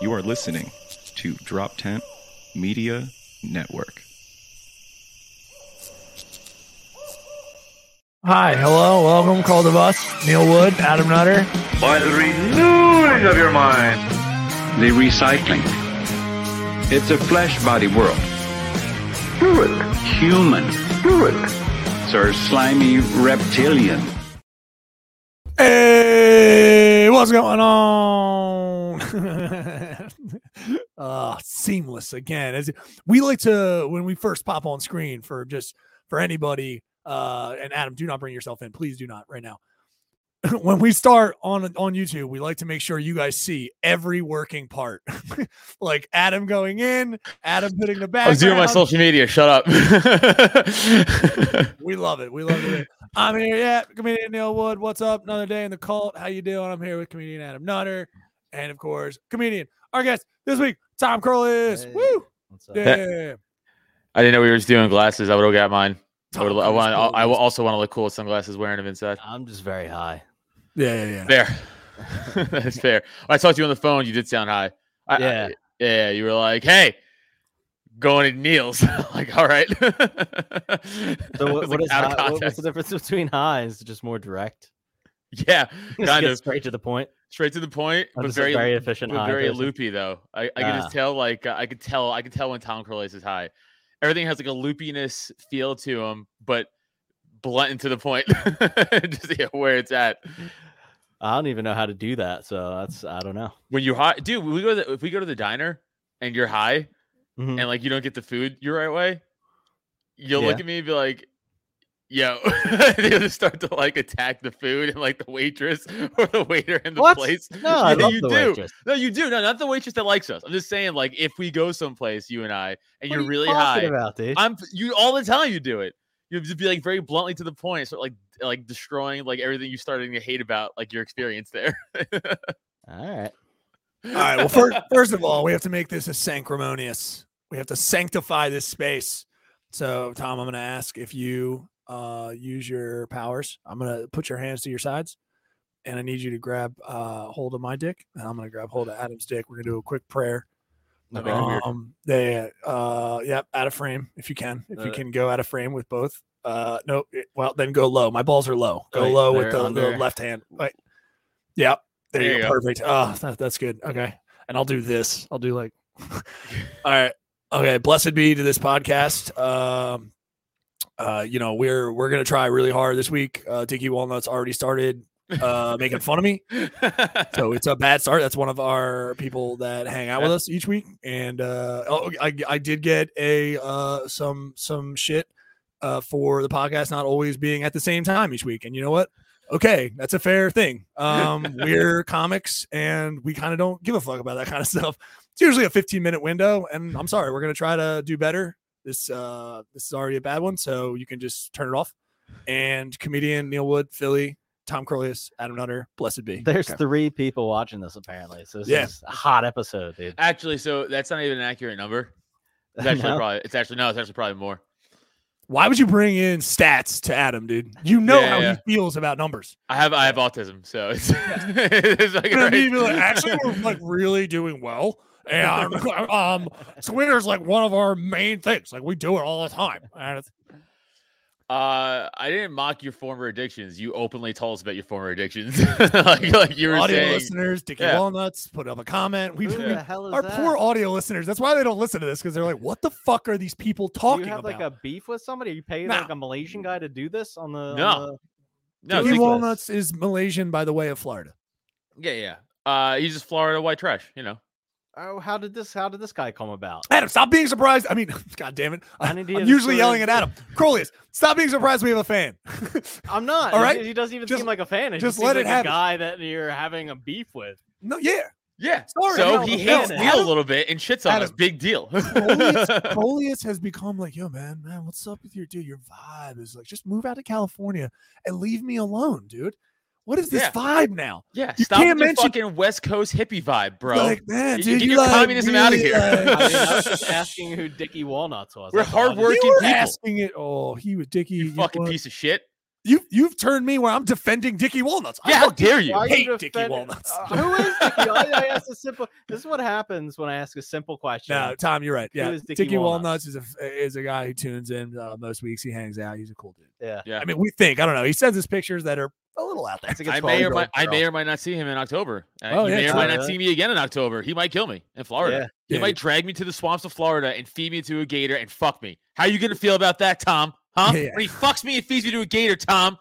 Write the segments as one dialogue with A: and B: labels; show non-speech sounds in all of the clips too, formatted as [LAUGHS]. A: You are listening to Drop Tent Media Network.
B: Hi, hello, welcome, Cold of Us, Neil Wood, Adam Nutter.
C: by the renewing of your mind.
D: the recycling. It's a flesh body world. Human. It's our slimy reptilian.
B: Hey, what's going on? [LAUGHS] uh, seamless again. As we like to when we first pop on screen for just for anybody. Uh, and Adam, do not bring yourself in, please do not right now. [LAUGHS] when we start on on YouTube, we like to make sure you guys see every working part, [LAUGHS] like Adam going in, Adam putting the back.
E: I was doing my social media. Shut up. [LAUGHS]
B: We love it. We love
E: [LAUGHS]
B: it. I'm here. Yeah, comedian Neil Wood. What's up? Another day in the cult. How you doing? I'm here with comedian Adam Nutter, and of course, comedian our guest this week, Tom Curlis.
F: Hey,
B: Woo!
F: What's up?
E: That-
B: Yeah.
E: I didn't know we were doing glasses. I would have got mine. I, would, I,
B: Tom
E: want,
B: Curlis.
E: I will also want to look cool with sunglasses wearing them inside.
F: I'm just very high.
B: Yeah,
E: [LAUGHS]
B: yeah, yeah.
E: Fair. That's fair. I talked to you on the phone. You did sound high. I, I-
F: Yeah.
E: yeah. You were like, hey, going to Neil's. [LAUGHS] like, all right.
F: [LAUGHS] So
E: I
F: what,
E: was,
F: what
E: like,
F: is
E: out of
F: high, what- what's the
E: context.
F: difference between high? Is it just more direct?
E: [LAUGHS]
F: [LAUGHS]
E: Yeah.
F: Just
E: Kind
F: get
E: of.
F: straight to the point.
E: Straight to the point,
F: I'm
E: but
F: just a very,
E: very,
F: efficient
E: but
F: high.
E: very
F: person.
E: loopy though. I, I can
F: Ah.
E: just tell like uh, I could tell I could tell when Tom Curlise is high. Everything has like a loopiness feel to him, but blunt and to the point. [LAUGHS] just yeah, where it's at.
F: I don't even know how to do that. So that's I don't know.
E: When you're high, dude. When we go to the, if we go to the diner and you're high
F: Mhm.
E: and like you don't get the food your right way, you'll look
F: Yeah.
E: at me and be like. Yo, [LAUGHS] they'll just start to like attack the food and like the waitress [LAUGHS] or the waiter in the
F: What?
E: place.
F: No, I
E: Yeah,
F: love
E: [LAUGHS] you
F: the
E: do.
F: waitress.
E: No, you do. No, not the waitress that likes us. I'm just saying, like, if we go someplace, you and I, and
F: What
E: you're
F: are you
E: really
F: talking
E: high,
F: about, dude?
E: I'm you all the time. You do it. You have to be like very bluntly to the point, sort of like like destroying like everything you started to hate about like your experience there.
F: All right.
B: All right. Well, first, first of all, we have to make this a sanctimonious. We have to sanctify this space. So, Tom, I'm going to ask if you uh, use your powers. I'm going to put your hands to your sides, and I need you to grab uh, hold of my dick, and I'm going to grab hold of Adam's dick. We're going to do a quick prayer.
E: That makes it weird.
B: Um, yeah, yeah, uh, yep, out of frame if you can. If you
F: Uh,
B: can go out of frame with both. Uh, no, it- well, then go low. My balls are low. Go
F: Wait,
B: low with
F: they're
B: the, the
F: under-
B: left hand. Right. Yep. There,
E: There
B: you
E: you
B: go.
E: go.
B: Perfect. Oh, that, that's good. Okay. And I'll do this. I'll do like, all right. Okay. Blessed be to this podcast. Um, uh, you know, we're we're gonna try really hard this week. Uh, Dicky Walnuts already started
E: [LAUGHS]
B: uh making fun of me so it's a bad start. That's one of our people that hang out with us each week. And uh, oh, I, I did get a uh, some some shit uh, for the podcast not always being at the same time each week. And you know what? Okay, that's a fair thing. Um, we're comics, and we kind of don't give a fuck about that kind of [LAUGHS] stuff. It's usually a 15 minute window, and I'm sorry, we're gonna try to do better. This uh, this is already a bad one, so you can just turn it off. And comedian Neil Wood, Philly, Tom Curlius, Adam Nutter, blessed be.
F: There's
B: Okay.
F: three people watching this apparently. So this
B: Yeah.
F: is a hot episode, dude.
E: actually, so that's not even an accurate number.
B: [LAUGHS]
E: It's actually
F: No?
E: probably it's actually no, it's actually probably more.
B: Why would you bring in stats to Adam, dude? You know
E: Yeah,
B: how
E: yeah.
B: he feels about
E: [LAUGHS]
B: numbers.
E: I have I have autism, so it's, [LAUGHS] it's like,
B: You know what I mean?
E: right-
B: You'd be like, Actually, we're like really doing well. And [LAUGHS] um, Twitter's like one of our main things. Like we do it all the time. And it's-
E: [LAUGHS] Uh, I didn't mock your former addictions. You openly told us about your former addictions. [LAUGHS] like, like you were
B: audio
E: saying,
B: listeners, Dickie
E: yeah.
B: Walnuts, put up a comment. We,
F: Who
B: we-
F: the hell is
B: our
F: that?
B: poor audio listeners. That's why they don't listen to this because they're like, "What the fuck are these people
F: Do
B: talking
F: you have
B: about?"
F: like a beef with somebody? Are you paying
B: No.
F: like a Malaysian guy to do this on the? on
E: No. no,
F: Dude,
B: Dickie
E: think-
F: ridiculous.
B: Walnuts is Malaysian, by the way, of Florida.
E: yeah, yeah. Uh, he's just Florida white trash, you know.
F: the- Oh, how did this? How did this guy come about?
B: Adam, stop being surprised. I mean, [LAUGHS] god damn it. I,
F: I
B: am
F: need to hear the
B: usually
F: story.
B: yelling at Adam. Crowley's, stop being surprised we have a fan. [LAUGHS]
F: I'm not.
B: All
F: All
B: right,
F: right. He, he doesn't even
B: just-
F: seem like a fan. He
B: just
F: just
B: let
F: seems
B: it
F: like
B: happen.
F: A guy that you're having a beef with.
E: [LAUGHS]
B: no, yeah.
E: Yeah.
B: Sorry,
E: so
F: no,
E: he
F: no,
E: hates
F: no.
E: Neil a
B: Adam-
E: little bit and shits on us.
B: Adam.
E: Big deal. [LAUGHS]
B: Crowley's, Crowley's has become like, yo, man, man, what's up with your dude? Your vibe is like, just move out to California and leave me alone, dude. What is this
E: Yeah.
B: vibe now?
E: yeah.
B: You
E: Stop
B: can't
E: with your
B: mention-
E: fucking West Coast hippie vibe, bro.
B: Like, man,
E: Get-
B: dude,
E: get
B: you
E: your
B: like,
E: communism outta
B: really,
E: here. [LAUGHS]
F: I, mean,
B: like-
F: I was just asking who Dickie Walnuts was.
E: We're
F: that's all. I just-
E: hardworking
B: [LAUGHS] you were
E: people.
B: asking it. Oh, he was Dicky.
E: you
B: know
E: fucking
B: what?
E: piece of shit.
B: You you've turned me where I'm defending Dickie Walnuts. I
E: Yeah, how
B: fucking [LAUGHS]
E: dare you?
B: I
F: Why
B: hate
F: you
B: Dickie
F: defend-
B: Walnuts.
F: Uh, who is Dickie? I, I asked a simple. [LAUGHS] This is what happens when I ask a simple question.
B: No, Tom, you're right.
F: Who
B: Yeah,
F: is
B: Dickie,
F: Dickie
B: Walnuts?
F: Walnuts?
B: is a is a guy who tunes in uh, most weeks. He hangs out. He's a cool dude.
F: Yeah.
E: Yeah.
B: I mean, we think I don't know. He sends us pictures that are a little out there.
F: It's like a
E: I may or
F: 12-year-old
E: might, I may
F: girl.
E: or might not see him in October. Uh,
B: Oh,
E: you
B: yeah,
E: may or
B: true.
E: might not
F: Yeah.
E: see me again in October. He might kill me in Florida.
F: Yeah.
E: He
B: Yeah,
E: might drag me to the swamps of Florida and feed me to a gator and fuck me. How you gonna feel about that, Tom? Huh?
B: Yeah.
E: When he fucks me and feeds me to a gator, Tom.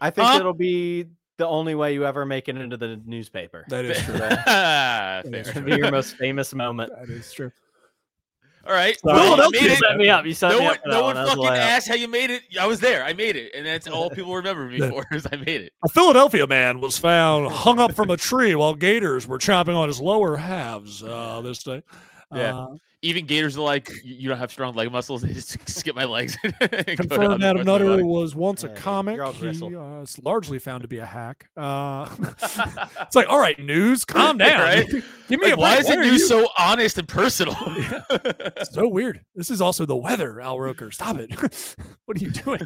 F: I think
E: Huh?
F: it'll be the only way you ever make it into the newspaper.
B: That
E: [LAUGHS]
B: is true.
F: That
E: Fair.
B: is
F: It's gonna be your most famous moment.
B: That is true.
E: All right.
B: Sorry.
E: Well,
B: Philadelphia
E: you made
F: You
E: it.
F: set me up. You set
E: No
F: me
E: one,
F: up. for that
E: no one
F: one. I was
E: fucking
F: like, oh,
E: asked how you made it. I was there. I made it, and that's all people remember me
F: [LAUGHS]
B: Yeah.
E: for. Is I made it.
B: A Philadelphia man was found hung up from a tree while gators were chomping on his lower halves uh, this day.
E: [LAUGHS] Yeah.
B: Uh,
E: Even gators are like, "You- you don't have strong leg muscles. [LAUGHS] They just skip my legs. [LAUGHS] and go down the
B: confirmed Adam
E: rest of my
B: Nutter
E: body."
B: was once
F: Yeah,
B: a
F: you're
B: comic.
F: all
B: He,
F: gristled.
B: uh, it's largely found to be a hack. Uh, [LAUGHS] it's like, all right,
E: [LAUGHS]
B: news, calm down.
E: Right?
B: Give me
E: Like,
B: a
E: why
B: break.
E: is it
B: are
E: you
B: you-
E: so honest and
F: [LAUGHS]
E: personal?
B: so weird? This is also the weather, Al Roker. Stop it. [LAUGHS] what are you doing?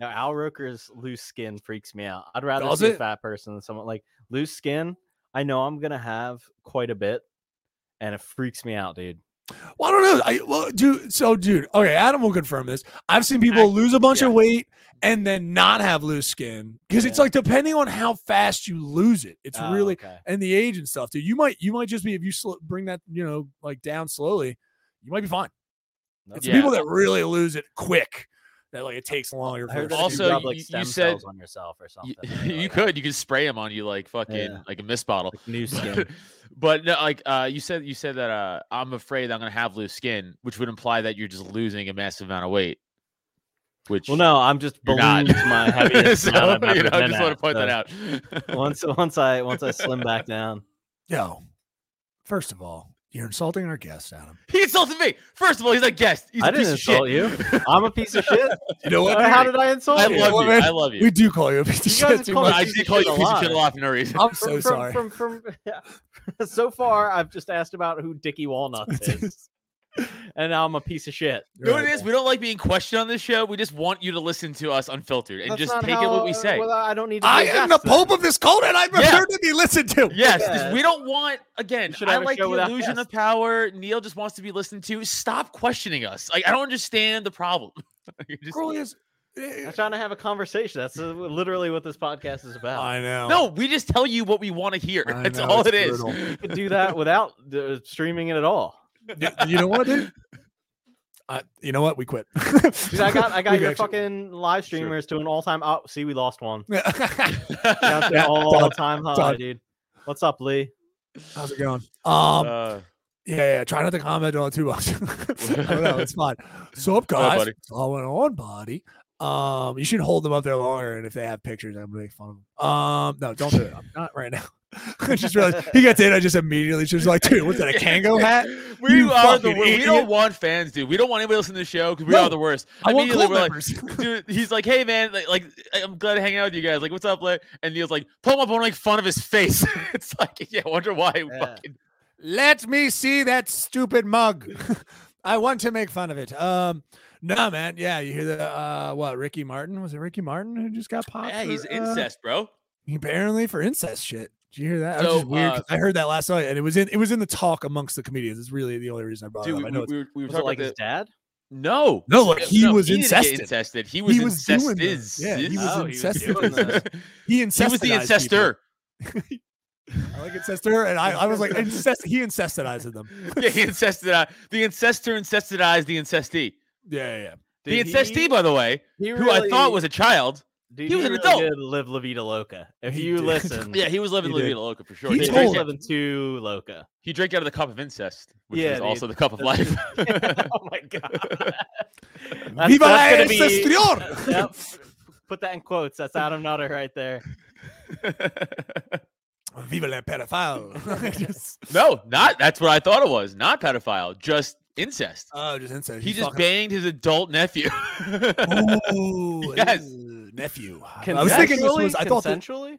F: No, Al Roker's loose skin freaks me out. I'd rather
B: Does
F: see
B: it?
F: a fat person than someone like loose skin. I know I'm gonna have quite a bit, and it freaks me out, dude.
B: Well, I don't know. I well, dude. So, dude. Okay, Adam will confirm this. I've seen people lose a bunch of weight and then not have loose skin because it's
F: Yeah.
B: like depending on how fast you lose it, it's
F: Oh,
B: really
F: okay.
B: and the age and stuff, dude. You might you might just be if you sl- bring that you know like down slowly, you might be fine. It's
F: Okay.
E: Yeah.
B: people that really lose it quick that like it takes longer.
F: I
B: for
F: heard
B: it to
F: that
E: Also,
F: you
B: do
F: rub
B: that.
F: like
E: you- you
F: stem
E: said-
F: cells on yourself or something.
E: [LAUGHS] you, [LAUGHS]
F: and
E: you
F: like,
E: could. You could spray them on you like fucking
F: Yeah.
E: like a mist bottle. [LAUGHS]
F: like, new skin.
E: But- but no, like uh, you said, you said that uh, I'm afraid I'm gonna have loose skin, which would imply that you're just losing a massive amount of weight. Which
F: well, no, I'm just
E: [LAUGHS] you're
F: ballooned to my heaviest.
E: so,
F: amount I've
E: you know,
F: ever
E: I
F: been
E: just want to
F: at,
E: point that
F: so
E: out. [LAUGHS]
F: once, once I once I slim back down,
B: Yo, first of all, you're insulting our guest,
F: [LAUGHS]
B: Adam.
E: he insulted me. First of all, he's a guest. [LAUGHS] He's a
F: I didn't
E: piece of
F: insult
E: shit.
F: you. I'm a piece
E: [LAUGHS]
F: of shit.
B: You know what?
F: How did I insult
E: I
F: you?
E: love you.
B: man.
E: I love you.
B: we do call you a piece of
F: You guys
B: shit too
F: call
E: But
B: much.
E: I
F: piece of
E: did call you a
F: shit a
E: piece of
F: lot.
E: shit a lot for no reason.
B: I'm so
F: from,
B: sorry.
F: From, from, [LAUGHS] from yeah. so far, I've just asked about who Dickie Walnuts [LAUGHS] is, and now I'm a piece of shit.
E: You know what it is? We don't like being questioned on this show. We just want you to listen to us unfiltered and
F: That's
E: just
F: not
E: take it what we
F: how- uh,
E: say.
F: Well, I don't need. To
B: I
F: be a
B: am the
F: guest then.
B: Pope of this cult, and I'm
E: Yeah.
B: prepared to be listened to.
E: Yes, this-
F: Yeah.
E: we don't want again.
F: We should
E: I
F: have a
E: like the
F: show without
E: illusion of
F: guests.
E: power. Neil just wants to be listened to. Stop questioning us. Like I don't understand the problem. [LAUGHS] You're just-
B: Really is- eh,
F: I'm trying to have a conversation. That's uh, literally what this podcast is about.
B: I know.
E: no, we just tell you what we want to hear.
B: I
E: That's
B: know,
E: all
B: it's
E: it is. [LAUGHS]
B: brutal.
F: could do that without uh, streaming it at all.
B: Y- you know what, [LAUGHS] dude? I, Uh, you know what? We quit.
F: Dude, I
E: [LAUGHS]
F: got I got
B: We
F: your
B: actually-
F: fucking live streamers to an all time. Oh, see, we
E: [LAUGHS]
F: lost one.
E: Uh,
F: Down to an all time high,
B: done.
F: dude. What's up, Lee?
B: How's it going?
E: Uh,
B: Um, yeah, yeah, try not to comment on it too much. [LAUGHS] I don't know. It's fine. So up,
E: All right,
B: guys.
E: buddy.
B: What's going on, buddy? Um, you should hold them up there longer, and if they have pictures, I'm gonna make fun of them. Um, no, don't do it. I'm not right now. [LAUGHS] I just realized he gets in. I just immediately just like, dude, what's that? A Kango hat?
E: [LAUGHS] we
B: You
E: are the
B: fucking
E: wor- we
B: idiot.
E: don't want fans, dude. We don't want anybody listening to the show because we
B: No,
E: are the worst.
B: I want
E: Immediately
B: cult
E: we're like,
B: members.
E: dude, he's like, hey man, like, like I'm glad to hang out with you guys. Like, what's up, Larry? And Neil's like, pull him up and make fun of his face. [LAUGHS] it's like, yeah, I wonder why. we
F: Yeah.
E: Fucking
B: Let me see that stupid mug. [LAUGHS] I want to make fun of it. Um, no, man. Yeah, you hear the uh, what? Ricky Martin was it? Ricky Martin who just got popped?
E: yeah, he's
B: for, uh,
E: incest, bro.
B: apparently for incest shit. Did you hear that? That was
E: So,
B: just weird. 'cause
E: uh,
B: I heard that last night, and it was in it was in the talk amongst the comedians. It's really the only reason I brought
E: Dude,
B: it
E: we,
B: up. I
E: we,
B: know it's,
E: we were, we were
F: Was it
E: talking
F: like
E: like
F: his
E: about the,
F: dad?
E: no.
B: no, like he
E: No,
B: was
E: didn't get
B: incested.
E: incested. He was
B: He was doing
E: incested.
B: that. Yeah, he was
F: Oh, he was
B: incested.
F: doing that.
B: He
E: He
B: incested.
E: was the incestor.
B: I like incestor, and I, I was
E: [LAUGHS]
B: like incest. He incestedized them.
E: yeah, he incested. Uh, the incestor incestedized the incestee.
B: Yeah, yeah, yeah.
E: The
F: Dude,
E: incestee,
F: he-
E: by the way,
F: he
E: who I thought
F: really-
E: was a child.
F: dude,
E: he was an
F: really
E: adult.
F: Did live La Vida Loca. If
B: He
F: you
B: did.
F: listen,
E: Yeah, he was living
B: He
E: La
B: did.
E: Vida Loca for sure.
B: He
F: he,
E: He,
B: told
E: drank,
F: was
B: us-
E: out-
F: living too
E: [LAUGHS]
F: Loca.
E: he drank out of the cup of incest, which
F: Yeah,
E: was
F: dude.
E: also the cup of life.
F: oh [LAUGHS] my god. That's,
B: Viva la
F: that's gonna be-
B: incestor!
F: yep. Put that in quotes. That's Adam Nutter right there.
B: [LAUGHS]
F: [LAUGHS]
B: Viva la pedophile. [LAUGHS] Just-
E: [LAUGHS] no, not. That's what I thought it was. Not pedophile, just incest.
B: oh, just incest.
E: he
B: You
E: just
B: fucking-
E: banged his adult nephew. [LAUGHS]
B: Ooh,
E: Yes.
B: [LAUGHS]
F: Oh,
B: ooh, nephew. I
E: [LAUGHS]
F: Consensually?
B: was thinking this was. I thought that
F: consensually.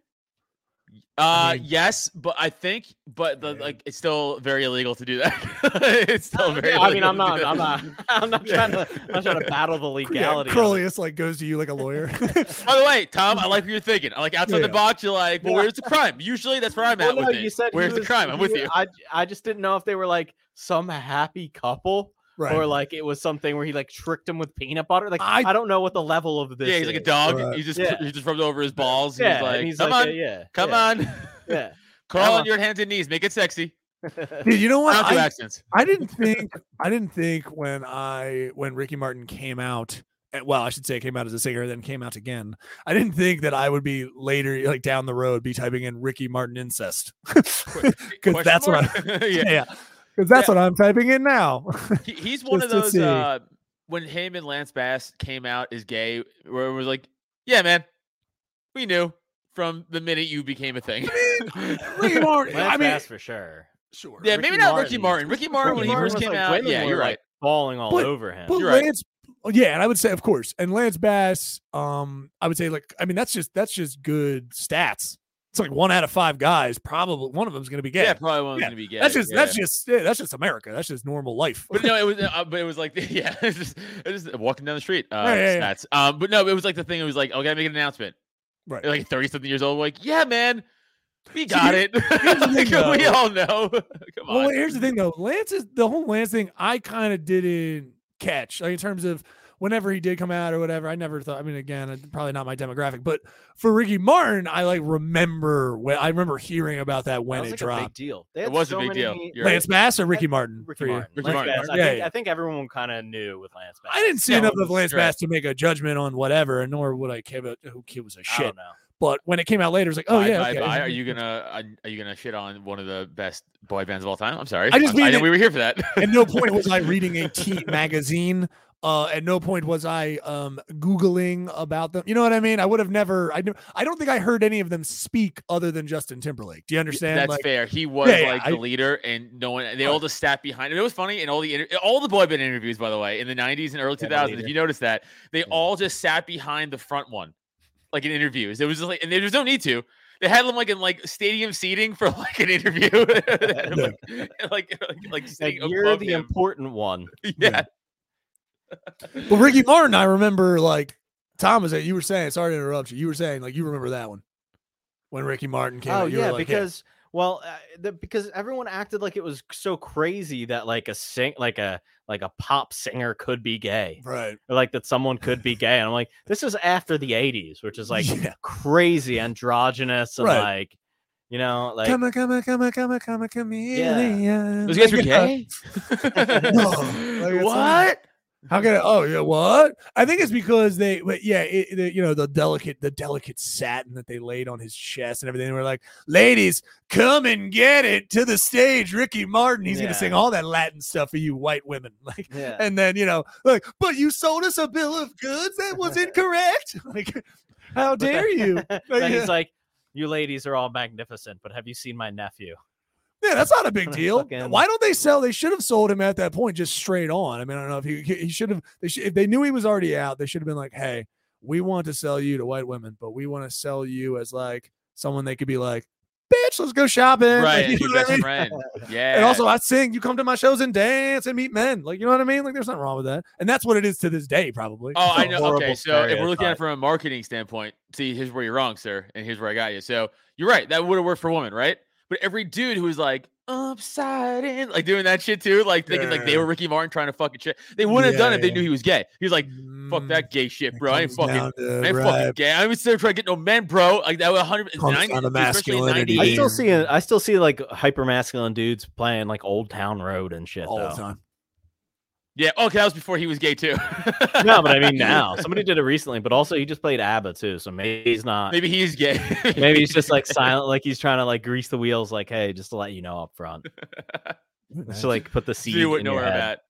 E: Uh,
B: mean-
E: yes, but I think, but the,
B: Yeah.
E: like, it's still very illegal to do that. [LAUGHS] it's still very.
F: Uh, I mean,
E: illegal
F: I'm
E: to do
F: not, I'm
E: that.
F: not, [LAUGHS] I'm not trying to, I'm not trying to battle the
B: [LAUGHS]
E: [LAUGHS]
B: Yeah,
F: legality. of it.
B: Crowleyus like goes to you like a
F: [LAUGHS]
B: lawyer. [LAUGHS]
E: By the way, Tom, I like what you're thinking. I like outside
B: Yeah.
E: the box. You're like, well,
F: Yeah.
E: where's the crime? Usually, that's where I'm
F: Well,
E: at with it.
F: said he
E: where's the
F: was-
E: crime? I'm
F: he
E: with
F: was-
E: you.
F: I, I just didn't know if they were like some happy couple
B: right.
F: or like it was something where he like tricked him with peanut butter. Like
B: I-
F: I, don't know what the level of this.
E: Yeah, he's like a
F: is.
E: dog.
B: Right.
E: He just
F: Yeah.
E: he just rubbed over his balls. he's
F: Yeah, and
E: like,
F: he's
E: come
F: like,
E: on,
F: yeah,
E: come
F: yeah,
B: [LAUGHS]
E: on,
F: yeah.
E: crawl
F: Yeah.
E: on your hands and knees, make it sexy. [LAUGHS]
F: [LAUGHS]
B: Dude, you know what?
E: Not do
B: I- [LAUGHS]
E: accents.
B: I didn't think I didn't think when I when Ricky Martin came out eh, well, I should say came out as a singer, then came out again. I didn't think that I would be later, like down the road, be typing in Ricky Martin incest. Because [LAUGHS]
E: [LAUGHS] Question
B: that's what I, [LAUGHS]
E: mark? [LAUGHS] yeah.
B: yeah, because that's what I'm typing in
F: [LAUGHS]
B: now.
E: He- he's one of
B: Just to
E: those
B: see.
E: uh when him and Lance Bass came out as gay, where it was like, Yeah, man, we knew from the minute you became a thing.
B: Ricky Martin.
F: Lance
B: I mean,
F: Bass for sure.
B: sure.
E: [LAUGHS] yeah, maybe
F: Ricky
E: not Ricky
F: Martin.
E: Martin. Ricky Martin when
F: Ricky
E: he
F: Martin
E: first
F: was,
E: came
F: like,
E: out.
F: women
E: yeah,
F: were,
E: you're
F: like,
E: right.
F: Falling all
B: But-
F: over him.
B: But
E: You're right.
B: Lance, oh, yeah, and I would say, of course, and Lance Bass. Um, I would say, like, I mean, that's just that's just good stats. It's like one out of five guys, probably one of them's going to be
E: Yeah,
B: gay.
E: probably one's
B: Yeah.
E: gonna be gay.
B: that's just
E: yeah.
B: that's just yeah, that's just America. That's just normal life.
E: But no, it was. Uh, but it was like, [LAUGHS] yeah, it was just, it was just walking down the street. Uh,
B: Right, yeah, yeah.
E: stats. Um, but no, it was like the thing. It was like, oh, gotta make an announcement.
B: Right.
E: Like thirty something years old. Like, yeah, man, we got
B: here-
E: it.
B: the thing,
E: [LAUGHS] Like, we
B: though.
E: all know. Come on.
B: Well, here's the thing though. Lance is the whole Lance thing. I kind of didn't catch like in terms of whenever he did come out or whatever. I never thought. I mean, again, it's probably not my demographic. But for Ricky Martin, I like remember when I remember hearing about that [LAUGHS]
F: That
B: when it
F: was like a big
B: dropped.
F: deal. They
E: It
F: had
E: was a
F: so
E: big deal.
F: many-
E: You're right.
B: Lance Bass or Ricky Martin?
F: Ricky
B: for you?
F: Martin.
E: Ricky
F: Lance
E: Martin.
F: Bass. I,
B: Yeah,
F: think,
B: yeah.
F: I think everyone kind of knew with Lance Bass.
B: I didn't see
E: Yeah,
B: enough of Lance
E: straight.
B: Bass to make a judgment on whatever, and nor would I care about who kid was a
F: I
B: shit.
F: don't know.
B: But when it came out later, it was like, oh
E: Bye,
B: yeah,
E: bye,
B: okay.
E: bye. Are you gonna are, are you gonna shit on one of the best boy bands of all time? I'm sorry.
B: I just
E: I'm-
B: mean
E: I know
B: it-
E: we were here for that.
B: [LAUGHS] At no point was I reading a teen magazine. Uh, at no point was I um, googling about them. You know what I mean? I would have never. I knew. I don't think I heard any of them speak other than Justin Timberlake. Do you understand?
E: That's
B: Like,
E: fair. He was
B: yeah,
E: like
B: I- Oh.
E: the leader, and no one. They
B: Right.
E: all just sat behind him. It was funny, and all the inter- all the boy band interviews, by the way, in the '90s and early
F: Yeah, the
E: 2000s.
F: leader.
E: If you notice that, they
F: Yeah.
B: Mm-hmm.
E: all just sat behind the front one, like in interviews. It was just like, and there was no need to. They had them like in like stadium seating for [LAUGHS] like an interview, They had him,
B: Yeah.
E: like, like like like
F: Like,
E: sitting
F: you're
E: above
F: the
E: him.
F: important one.
E: [LAUGHS] yeah.
B: but Ricky Martin, I remember like Tom was that you were saying. Sorry to interrupt you. You were saying like you remember that one when Ricky Martin came.
F: Oh
B: out, you were
F: yeah,
B: like,
F: because well, uh, the, because everyone acted like it was so crazy that like a sing, like a like a pop singer could be gay,
B: right,
F: or like that someone could be gay. And I'm like, this is after the '80s, which is like
B: Yeah.
F: crazy androgynous and
B: Right.
F: like, you know, like
B: come on, come on, come on, come on, come on, chameleon.
E: Those guys [LAUGHS] were
B: Like, uh,
E: gay.
B: [LAUGHS] No, [LAUGHS]
E: [LAUGHS]
B: like, it's not-
E: what?
F: [LAUGHS]
B: How can I? Oh yeah, what? I think it's because they, but yeah, it, the, you know the delicate, the delicate satin that they laid on his chest and everything. They were like, "Ladies, come and get it to the stage, Ricky Martin. He's gonna
F: Yeah.
B: sing all that Latin stuff for you white women." [LAUGHS] Like,
F: yeah.
B: and then you know, like, but you sold us a bill of goods that was incorrect. [LAUGHS] like, how
F: But
B: dare
F: then-
B: you?
F: [LAUGHS] then
B: yeah.
F: he's like, you ladies are all magnificent, but have you seen my nephew?
B: Yeah, that's not a big
F: Kinda
B: deal.
F: fucking-
B: Why don't they sell? They should have sold him at that point, just straight on. I mean, I don't know if he he he should have. They should, if they knew he was already out, they should have been like, "Hey, we want to sell you to white women, but we want to sell you as like someone they could be like, bitch, let's go shopping, Like,
E: Right,
B: you
E: your
B: know what I
E: best
B: mean?
E: friend. Yeah.
B: And also, I sing. You come to my shows and dance and meet men. Like, you know what I mean? Like, there's nothing wrong with that. And that's what it is to this day, probably.
E: Oh,
F: a
E: I know. Okay,
F: horrible
E: so if we're looking at
F: stereotype.
E: it from a marketing standpoint, see, here's where you're wrong, sir, and here's where I got you. So you're right. That would have worked for women, right? But every dude who was like upside in, like doing that shit too, like thinking like they
B: Yeah.
E: were Ricky Martin trying to fucking shit. They wouldn't have done it if they
B: Yeah.
E: knew he was gay. He was like,
B: [LAUGHS]
E: "Fuck
B: Mm,
E: that gay shit,
B: it
E: bro. I ain't
B: comes
E: fucking."
B: down to-
E: I ain't fucking
B: right.
E: gay. I ain't still trying to get no men, bro. Like that was 100.
B: Comes down to masculinity.
F: I still
B: Yeah.
F: see I still see like hyper masculine dudes playing like Old Town Road and shit.
B: all the
F: though.
B: time.
E: Yeah. Okay, that was before he was gay too.
F: [LAUGHS] no, but
E: [LAUGHS]
F: I [LAUGHS] mean now somebody did it recently, but also he just played ABBA too, so maybe he's not. [LAUGHS] Maybe,
E: Maybe he's gay.
F: he's just
E: [LAUGHS]
F: [LAUGHS] like silent, like he's trying to like grease the wheels, like hey, just to let you know up [LAUGHS] front, to like put the seed.
E: you
F: in
E: wouldn't know
F: your
E: where I'm
F: head.
E: at.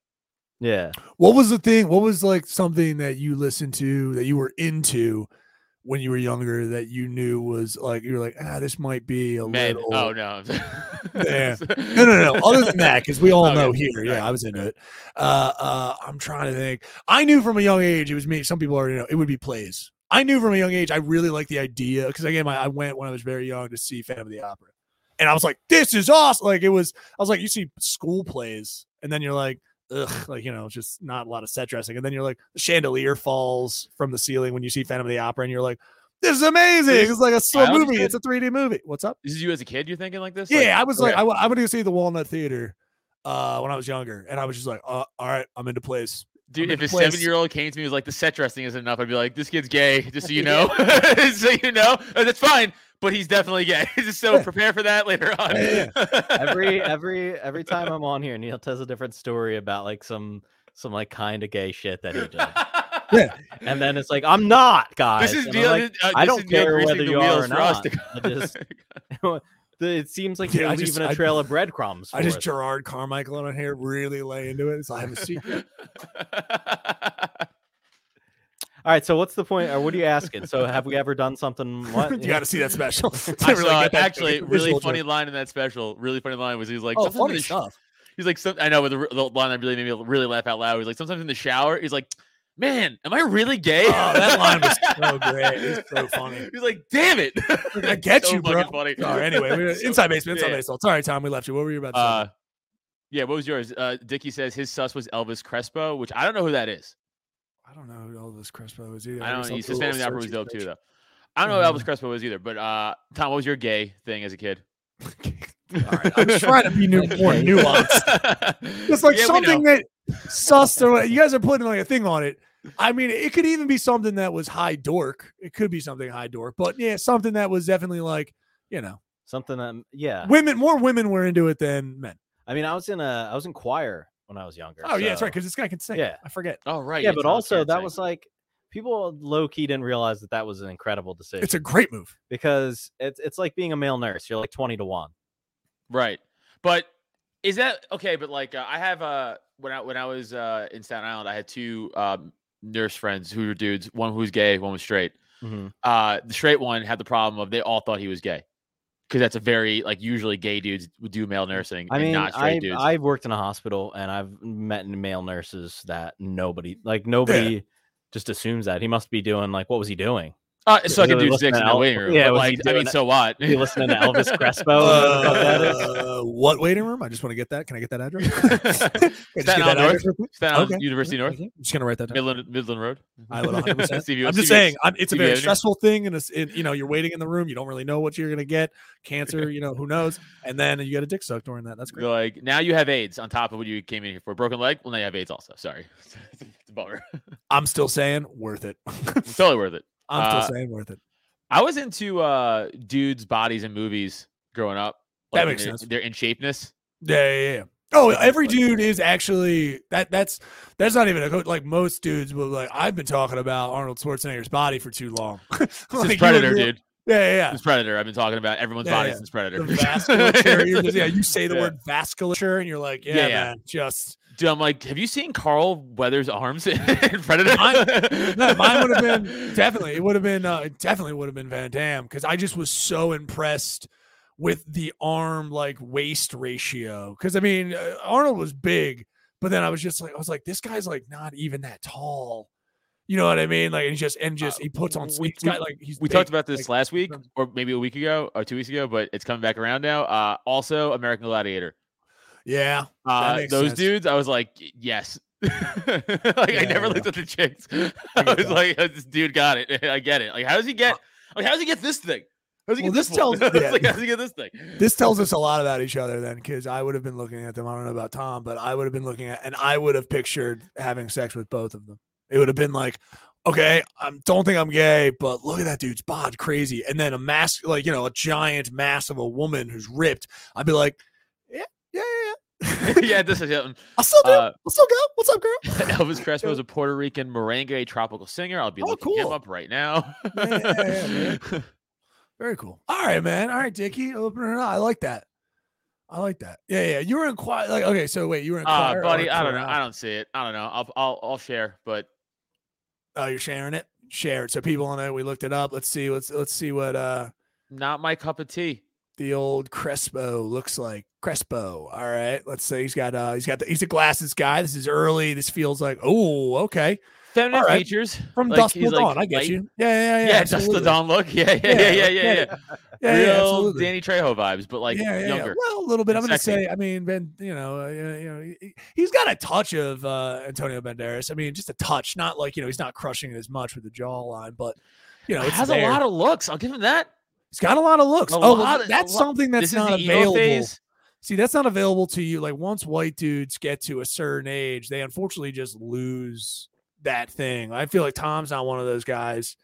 F: Yeah,
B: What was the thing? What was like something that you listened to that you were into when you were younger that you knew was like you were like ah this might be a
E: Men.
B: little
E: Oh no. [LAUGHS]
B: Yeah. no no no other than that because we all
E: Okay.
B: know here yeah
E: Right.
B: I was into it uh uh I'm trying to think I knew from a young age it was me some people already know it would be plays I knew from a young age I really liked the idea because again, my, I went when I was very young to see Phantom of the Opera, and I was like, "This is awesome!" Like it was. I was like, "You see school plays, and then you're like." Ugh, like you know, just not a lot of set dressing, and then you're like, the chandelier falls from the ceiling when you see Phantom of the Opera, and you're like, "This is amazing!
E: This-
B: It's like a slow
E: I
B: movie.
E: understand.
B: It's a 3D movie." What's up?
E: [LAUGHS] This is you as a kid. You're thinking like this?
B: Yeah, I was like,
E: okay.
B: I, wa- I went to see the Walnut Theater uh, when I was younger, and I was just like, uh, all right, I'm into plays.
E: Dude,
B: I'm
E: if
B: in
E: a
B: a place-
E: seven year old came to me and was like, the set dressing isn't enough, I'd be like, this kid's gay,
B: [LAUGHS]
E: just so you know. [LAUGHS] so you know, Uh, that's fine, but he's definitely gay. [LAUGHS] Just so
B: Yeah.
E: prepare for that later on.
B: Yeah,
F: every every every time I'm on here, Neil tells a different story about like some some like kind of gay shit that he did,
B: Yeah.
F: and then it's like I'm not, guys.
E: [LAUGHS] This is
F: And I'm
E: Neil.
F: like,
E: this- uh,
F: I
E: this
F: don't
E: is Neil
F: care
E: greasing
F: whether
E: the
F: you are
E: wheels
F: or
E: for us to
F: not.
E: [LAUGHS]
F: I just- the- it seems like
B: Yeah,
F: you're
B: I
F: leaving
B: just-
F: a
B: I-
F: trail of breadcrumbs.
B: I just
F: for us.
B: Gerard Carmichael on here really lay into it. So I have a
E: [LAUGHS]
B: secret.
F: All right, so what's the point? Or what are you asking? So have we ever
B: [LAUGHS]
F: done something? What?
B: you got to see that special.
E: [LAUGHS]
B: [LAUGHS]
E: I
B: to really
E: saw
B: get
E: it.
B: that
E: actually really
B: visual
E: funny
B: joke.
E: line in that special. Really funny line was he's like,
B: Oh,
E: "Sometimes in
B: funny
E: the sh- [LAUGHS]
B: stuff.
E: He's like, some, I know, but the, the line that really made me really laugh out loud was like, sometimes in the shower, he's like, man, am I really gay?
B: Oh, that line
E: [LAUGHS]
B: was so great. It's so funny.
E: He's like, damn it.
B: I get
E: So
B: you, bro.
E: fucking funny. [LAUGHS]
B: Sorry, anyway, we were
E: So-
B: inside baseball, inside
E: yeah.
B: baseball. Sorry, Tom, we left you. What were you about to
E: Uh, yeah, what was yours? Uh, Dickie says his sus was Elvis Crespo, which I don't know who that is.
B: say? I don't know who all this Crespo is either.
E: Uh, I don't know. He's his family opera was dope too, though. I don't know
B: Yeah.
E: who Elvis Crespo was either. But uh, Tom, what was your gay thing as
B: [LAUGHS]
E: a kid?
B: All right, [LAUGHS] I'm trying to be
E: [LAUGHS]
B: new, more
F: Okay.
B: nuanced. It's like
E: Yeah, we
B: something
E: know.
B: that sussed or what- you guys are putting like a thing on it. I mean, it could even be something that was high dork. It could be something high dork, but yeah, something that was definitely like, you know,
F: something? Um, yeah.
B: women more women were into it than men.
F: I mean, I was in a I was in choir when I was younger.
B: Oh yeah, that's
F: so-
B: right, because this guy can sing.
F: Yeah.
B: I forget.
E: Oh right.
F: Yeah,
E: it's
F: but
E: Elvis
F: also
E: can't
F: that
E: sing.
F: was like people low key didn't realize that that was an incredible decision
B: It's a great move.
F: because it's it's like being a male nurse. You're like twenty to one.
E: right. But is that okay? But like, uh, I have uh, when I when I was uh in Staten Island, I had two um, nurse friends who were dudes. One who was gay, one was straight.
B: Mm-hmm.
E: uh the straight one had the problem of they all thought he was gay because that's a very like usually gay dudes would do male nursing
F: Mm, I
E: and
F: mean,
E: not straight
F: I've,
E: dudes
F: I've worked in a hospital and I've met male nurses that nobody like nobody just assumes that he must be doing like what was he doing?
E: uh, sucking
F: was he
E: dude's dicks
F: listening
E: in
F: to
E: the
F: Al-
E: waiting room
F: yeah,
E: yeah but,
F: was he
E: like i mean
F: doing-
E: so what [LAUGHS]
F: Are you listening to Elvis Crespo?
E: Oh,
F: or whatever the fuck that is?
B: Uh, [LAUGHS] what waiting room? I just want to get that. Can I get that address?
E: [LAUGHS]
B: Can I just
E: Staten
B: get
E: Island
B: that
E: North?
B: address real quick?
E: [LAUGHS] Staten Island
B: Okay.
E: university north
F: [LAUGHS]
B: Okay, I'm just gonna write that down.
E: midland midland road
B: I would
E: [LAUGHS]
B: 100%.
E: CVS.
B: I'm just saying, I'm, it's a
E: CVS
B: very
E: Avenue.
B: stressful thing, and it's, it, you know, you're waiting in the room. You don't really know what you're gonna get.
E: [LAUGHS]
B: Cancer, you know, who knows? And then you got a dick sucked during that. That's
E: You're
B: great.
E: like now you have aids on top of what you came in here for broken leg well now you have aids also sorry [LAUGHS] it's
B: [LAUGHS]
E: a bummer
B: I'm still saying worth it. [LAUGHS]
E: it's totally worth it
B: I'm
E: Uh,
B: still saying worth it.
E: I was into uh dudes' bodies in movies growing up.
B: That
E: in
B: makes
E: their-
B: sense.
E: Their
B: [LAUGHS]
E: in shapeness.
B: Yeah, yeah, yeah. Oh,
E: Like,
B: every
E: like-
B: dude is actually that. That's that's not even a co- like most dudes. But like I've been talking about Arnold Schwarzenegger's body for too long. [LAUGHS]
E: Since
B: Like, you
E: Predator,
B: would be-
E: dude.
B: Yeah, yeah,
E: Since Predator. I've been talking about everyone's
B: Yeah,
E: body
B: yeah.
E: since
B: yeah.
E: Predator. [LAUGHS]
B: The vasculature. you're just- yeah, you say the
E: Yeah.
B: word vasculature, and you're like, yeah,
E: Yeah, yeah.
B: man, just
E: [LAUGHS] Dude, I'm like, have you seen Carl Weathers' arms in [LAUGHS] Predator?
B: Mine- no, mine would have
E: [LAUGHS]
B: been definitely. It would have been uh, it definitely would have been Van Damme because I just was so impressed with the arm like waist ratio. Because I mean, uh, Arnold was big, but then I was just like, I was like, this guy's like not even that tall. You know what I mean? Like, and he's just and just he puts on.
E: Uh, we-
B: We, got, like he's
E: We
B: big,
E: talked about this
B: like,
E: last week,
B: um,
E: or maybe a week ago, or two weeks ago, but it's coming back around now. Uh, also, American Gladiator.
B: Yeah,
E: Uh,
B: makes
E: those
B: sense.
E: dudes, I was like, "Y- yes. [LAUGHS] like I
B: Yeah, yeah.
E: never looked at the chicks. [LAUGHS]
B: I
E: I
B: get
E: was
B: that.
E: like, "Oh, this dude got it. [LAUGHS] I get it. Like, how does he get? Like, how does he get this thing? How does he
B: Uh, Well,
E: get
B: this
E: one? [LAUGHS]
B: tells-
E: I was
B: yeah.
E: like, how does he get this
B: [LAUGHS]
E: thing?
B: this tells us a lot about each other then, because I would have been looking at them. I don't know about Tom, but I would have been looking at, and I would have pictured having sex with both of them. It would have been like, okay, I don't think I'm gay, but look at that dude's bod, crazy. And then a mass, like you know, a giant mass of a woman who's ripped. I'd be like, yeah, yeah, yeah. yeah.
E: [LAUGHS] yeah, this is it.
B: [LAUGHS] I'll still do. it.
E: Uh,
B: I'll still go. What's up, girl?
E: Elvis Crespo is a Puerto Rican merengue tropical singer. I'll be
B: Oh,
E: looking him
B: cool.
E: up right now.
B: Yeah, yeah, yeah,
E: [LAUGHS]
B: man. Very cool. All right, man. All right, Dickie, open it up. I like that. I like that. Yeah, yeah. You were in quiet. Like, okay, so wait, you were in
E: Ah,
B: choir or
E: buddy, I don't know.
B: chorale?
E: I don't see it. I don't know. I'll I'll, I'll share, but
B: Oh, you're sharing it. Share it. So people on it. We looked it up. Let's see. Let's let's see what uh
E: not my cup of tea.
B: the old Crespo looks like. Crespo. All right. Let's say he's got uh he's got the he's a glasses guy. This is early. This feels like oh okay.
E: feminine
B: All right.
E: features
B: From
E: Like,
B: Dust
E: he's,
B: Till
E: like,
B: Dawn, I get
E: light.
B: you. Yeah, yeah, yeah.
E: yeah, just the
B: absolutely.
E: Don look. [LAUGHS] Yeah, yeah, yeah, yeah, yeah, yeah.
B: Yeah, yeah,
E: Real
B: absolutely.
E: Danny Trejo vibes, but like
B: yeah, yeah, yeah.
E: younger.
B: Well, a little bit.
E: and
B: I'm going to
E: sexy.
B: say. I mean, Ben, you know, uh, you know, you know, he- he's got a touch of uh, Antonio Banderas. I mean, just a touch. Not like you know, he's not crushing it as much with the jawline, but you know,
E: it
B: it's
E: has
B: there.
E: a lot of looks. I'll give him that.
B: It's got a lot of looks.
E: a
B: oh,
E: lot of- a
B: that's
E: lot-
B: something that's
E: this
B: not
E: is the emo
B: available.
E: phase.
B: See, that's not available to you. Like once white dudes get to a certain age, they unfortunately just lose that thing. I feel like Tom's not one of those guys.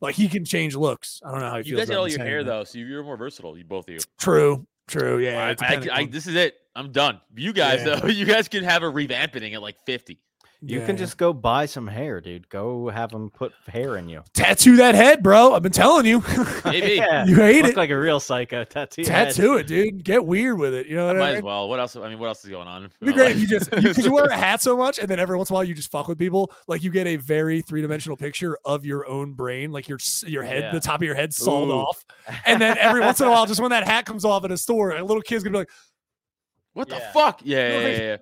B: Like he can change looks. I don't know how he
E: You
B: feels.
E: guys got
B: about
E: all
B: me
E: your
B: saying
E: hair
B: that.
E: though, so you're more versatile. You both of you.
B: True. True. Yeah.
E: I, I,
B: depending
E: I-
B: on-
E: this is it. I'm done. You guys
B: Yeah.
E: though, [LAUGHS] you guys can have a revamping at like
B: [LAUGHS]
E: 50.
F: You
B: yeah.
F: can just go buy some hair, dude. Go have them put hair in you.
B: tattoo that head, bro. I've been telling you. [LAUGHS]
E: Maybe.
F: [LAUGHS] Yeah.
B: you hate
F: Look
B: it.
F: like a real psycho tattoo. your head.
B: Tattoo it, dude. Get weird with it. You know what I
E: Might
B: mean?
E: as well. What else? I mean, what else is going on?
B: It'd be great if you
E: [LAUGHS]
B: just because you wear a hat so much, and then every once in a while you just fuck with people. Like you get a very three dimensional picture of your own brain, like your s- your head,
F: Yeah.
B: the top of your head sawed
F: Ooh.
B: off, and then every once in a while, just when that hat comes off in a store, a little kid's gonna be like,
E: What the
F: Yeah.
E: fuck? Yeah,
B: No,
E: yeah,
B: like-
E: yeah, yeah.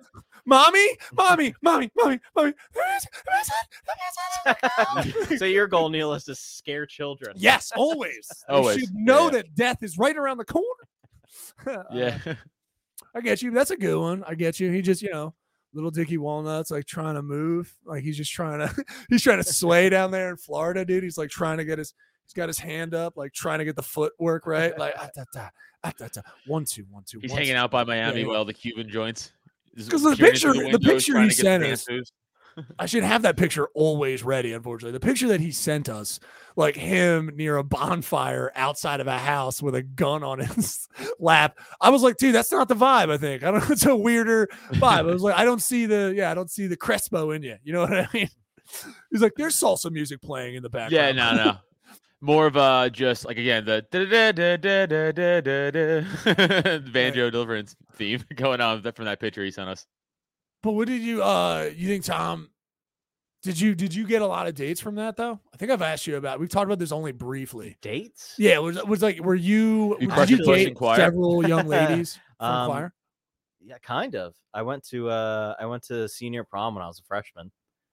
B: "Mommy, mommy, mommy, mommy, mommy." where is it? Where is it? Oh Where
F: [LAUGHS]
B: is it?
F: so your goal, Neil, is to scare children.
B: yes, always.
E: Always.
B: You should
E: Yeah,
B: know
E: yeah.
B: that death is right around the corner.
E: Yeah.
B: Uh, I get you. That's a good one. I get you. He just, you know, little Dicky Walnuts, like trying to move. Like he's just trying to, [LAUGHS] he's trying to
E: [LAUGHS]
B: sway down there in Florida, dude. He's like trying to get his, he's got his hand up, like trying to get the footwork right.
E: [LAUGHS]
B: Like, ah, da, da, ah, da, da. one, two, one, two.
E: He's
B: one,
E: hanging
B: two.
E: out by Miami
B: yeah.
E: while the Cuban joints. Just
B: 'Cause the
E: peering
B: picture-
E: through
B: the
E: windows,
B: picture
E: trying
B: he
E: to get the
B: sent us-
E: tattoos.
B: I should have that picture always ready, unfortunately. The picture that he sent us, like him near a bonfire outside of a house with a gun on [LAUGHS] his lap. I was like, dude, that's not the vibe, I think. I don't [LAUGHS] it's a weirder vibe. I was like, I don't see the yeah, I don't see the Crespo in you. You know what I [LAUGHS] mean? He's like, there's salsa music playing in the
E: Yeah,
B: background.
E: no, no. [LAUGHS] More of uh just like again the [LAUGHS] da-da-da-da-da-da-da-da. banjo deliverance theme [LAUGHS] going on that- from that picture he sent us.
B: But what did you uh you think Tom did you did you get a lot of dates from that though? I think I've asked you about we've talked about this only briefly.
F: Dates?
B: Yeah, it was, it was like were you,
E: You
B: did
F: crushed
B: you
F: the puss in
B: date
E: choir?
B: several
E: [LAUGHS]
B: young ladies from
F: Um,
B: choir?
F: Yeah, kind of. I went to uh I went to senior prom when I was a freshman.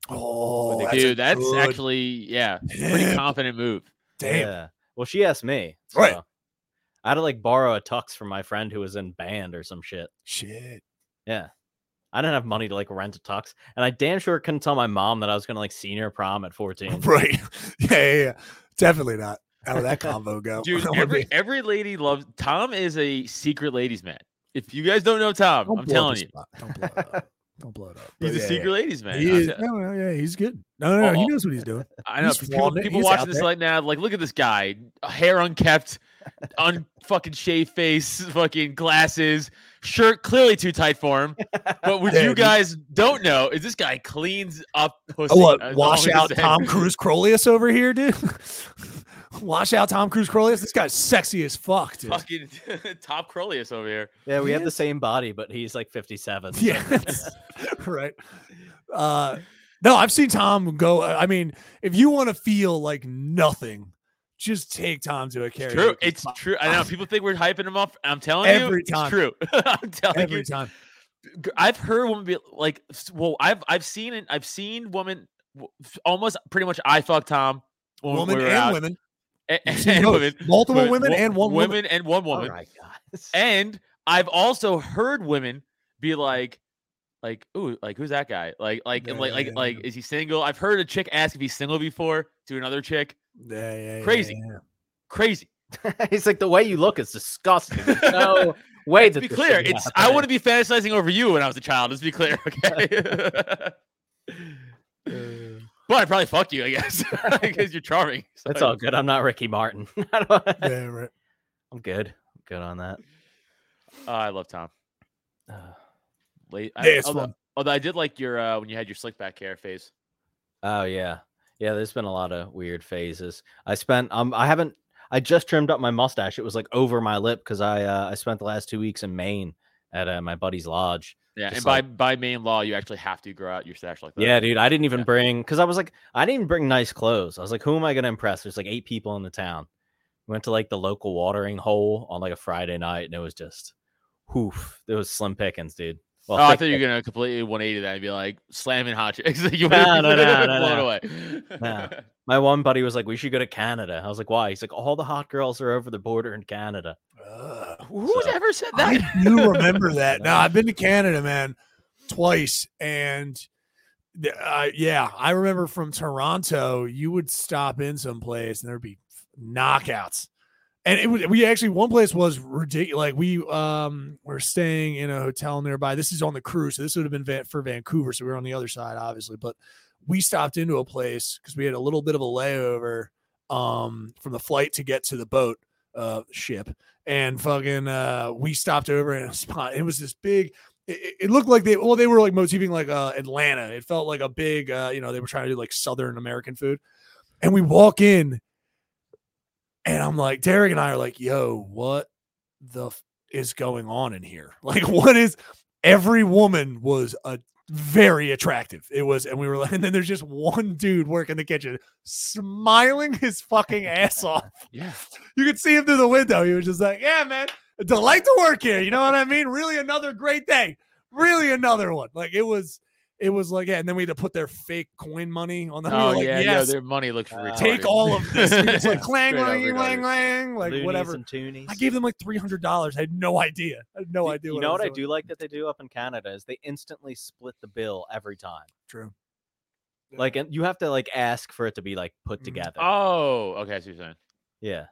B: Oh,
E: Like,
B: that's a
E: dude, that's
B: good
E: actually yeah, pretty
B: tip.
E: confident move.
B: damn.
F: Yeah. Well, she asked me.
B: Right.
F: so I had to like borrow a tux from my friend who was in band or some shit.
B: Shit.
F: Yeah. I didn't have money to like rent a tux, and I damn sure couldn't tell my mom that I was gonna like senior prom at
B: [LAUGHS]
E: [LAUGHS]
F: 14.
B: Right. Yeah, yeah, yeah. Definitely not. How did [LAUGHS] [LAUGHS] that combo go?
E: [LAUGHS] Dude,
B: I wanna
E: every
B: be-
E: every lady loves Tom is a secret ladies man. If you guys don't know Tom,
B: don't blow
E: I'm
B: up
E: telling
B: the
E: you,
B: spot. Don't blow it
E: [LAUGHS]
B: up. Don't blow it up.
E: he's
B: But
E: a
B: Oh, yeah,
E: secret ladies man.
B: yeah. He
E: I'm
B: is,
E: te-
B: no, no, yeah, he's good. No, no, no, he
E: Oh,
B: knows what
E: [LAUGHS]
B: he's doing.
E: I know
B: He's
E: people,
B: flaunting it.
E: people
B: He's
E: watching
B: out
E: this
B: there.
E: right now. Like, look at this guy, hair
B: [LAUGHS]
E: unkept, un fucking shaved face, fucking glasses, shirt clearly too tight for him. But what you
B: Dude.
E: guys don't know is this guy cleans up pussy.
B: Oh, what?
E: That's all I'm
B: Wash
E: gonna
B: out
E: say. [LAUGHS]
B: Tom Cruise Crolius over here, dude. [LAUGHS] wash out Tom Cruise Crolius. This guy's sexy as fuck, dude.
E: Fucking [LAUGHS] Top Crolius over here.
F: Yeah, we have the same body, but he's like
B: [LAUGHS]
F: 57. so-
B: Yeah.
F: [LAUGHS]
B: right. Uh no, I've seen Tom go. I mean, if you want to feel like nothing, just take Tom to a karaoke.
E: True, it's
B: spot
E: true. I know people think we're hyping him up. I'm telling
B: Every
E: you,
B: time.
E: it's true. [LAUGHS] I'm telling you,
B: every time.
E: g- I've heard women be like, s- well, I've I've seen it. I've seen women w- f- almost pretty much. I fuck Tom. when
B: Woman
E: we were
B: and
E: out, [LAUGHS]
B: women,
E: a-
B: You've
E: and,
B: seen both.
E: women,
B: multiple
E: wo-
B: women
E: wo-
B: and one
E: women
B: woman.
E: and one
F: All
E: woman.
F: right, guys.
E: And I've also heard women be like, like, ooh, like who's that guy? Like, like, and like,
B: Yeah, yeah,
E: like, like, is he single? I've heard a chick ask if he's single before to another chick.
B: Yeah, yeah, yeah,
E: Crazy.
B: yeah.
E: Crazy.
F: [LAUGHS] He's like, the way you look is disgusting.
E: [LAUGHS]
F: There's No way
E: to
F: that
E: be
F: this
E: clear,
F: should
E: [LAUGHS] it's I
F: happen."
E: wouldn't be fantasizing over you when I was a child. Let's be clear, [LAUGHS] okay? [LAUGHS] but I probably fuck you, I guess, [LAUGHS] because you're charming. so-
F: That's all good. I'm not Ricky Martin. [LAUGHS] I don't-
B: Yeah, right.
F: I'm good. I'm good on that.
E: Oh, [LAUGHS] I love Tom.
F: Uh,
E: Late.
B: Yeah,
E: I,
B: it's
E: although,
B: fun.
E: although I did like your uh, when you had your slick back hair phase.
F: Oh yeah, yeah. There's been a lot of weird phases. I spent um, I haven't. I just trimmed up my mustache. It was like over my lip because I uh, I spent the last two weeks in Maine at uh, my buddy's lodge.
E: Yeah,
F: Just
E: and
F: like-
E: by by main law, you actually have to grow out your stash like that.
F: Yeah, dude. I didn't even
E: Yeah.
F: bring because I was like, I didn't even bring nice clothes. I was like, who am I gonna impress? There's like eight people in the town. We went to like the local watering hole on like a Friday night, and it was just, whoof. It was slim pickings, dude. Well,
E: oh, I
F: thick
E: thought you
F: dick.
E: were gonna completely 180 that and be like slamming hot chicks. [LAUGHS] you
F: No,
E: would've
F: no, no, no,
E: blown
F: no.
E: away. [LAUGHS]
F: No. My one buddy was like, "We should go to Canada." I was like, "Why?" He's like, "All the hot girls are over the border in Canada."
B: Ugh.
E: Who's
F: So-
E: ever said
B: I
E: [LAUGHS] that?
B: do remember that. No, I've been to Canada, man, twice, and th- uh, yeah, I remember from Toronto, you would stop in some place and there'd be knockouts, and it was we actually one place was ridiculous. Like we um were staying in a hotel nearby. This is on the cruise, so this would have been Van- for Vancouver, so we were on the other side, obviously, but we stopped into a place because we had a little bit of a layover um from the flight to get to the boat uh ship and fucking uh we stopped over in a [LAUGHS] spot it was this big it- it, it looked like they well they were like motiving like uh atlanta it felt like a big uh you know they were trying to do like southern american food and we walk in and i'm like derek and i are like yo what the f- is going on in here [LAUGHS] like what is every woman was a very attractive it was and we were like [LAUGHS] and then there's just one dude working the kitchen smiling his fucking ass off
E: yeah.
B: you could see him through the window. He was just like, "Yeah, man, a delight to work here." You know what I mean? Really, another great day. Really, another one. Like it was, it was like, yeah. And then we had to put their fake coin money on the. we were
E: Oh
B: like,
E: yeah,
B: yes,
E: yeah. Their money looks
B: Uh,
E: retarded.
B: take [LAUGHS] all of this. We just like clang,
E: Straight up
B: lang, lang,
E: retarded.
B: lang, like
F: Loonies
B: whatever.
F: and toonies.
B: I gave them like three hundred dollars. I had no idea. I had no
F: You-
B: idea.
F: You know
B: was
F: what I
B: doing.
F: do like that they do up in Canada is they instantly split the bill every time.
B: True. Yeah.
F: Like, and you have to like ask for it to be like put
B: Mhm.
F: together.
E: Oh, okay. I see what you're saying.
F: Yeah.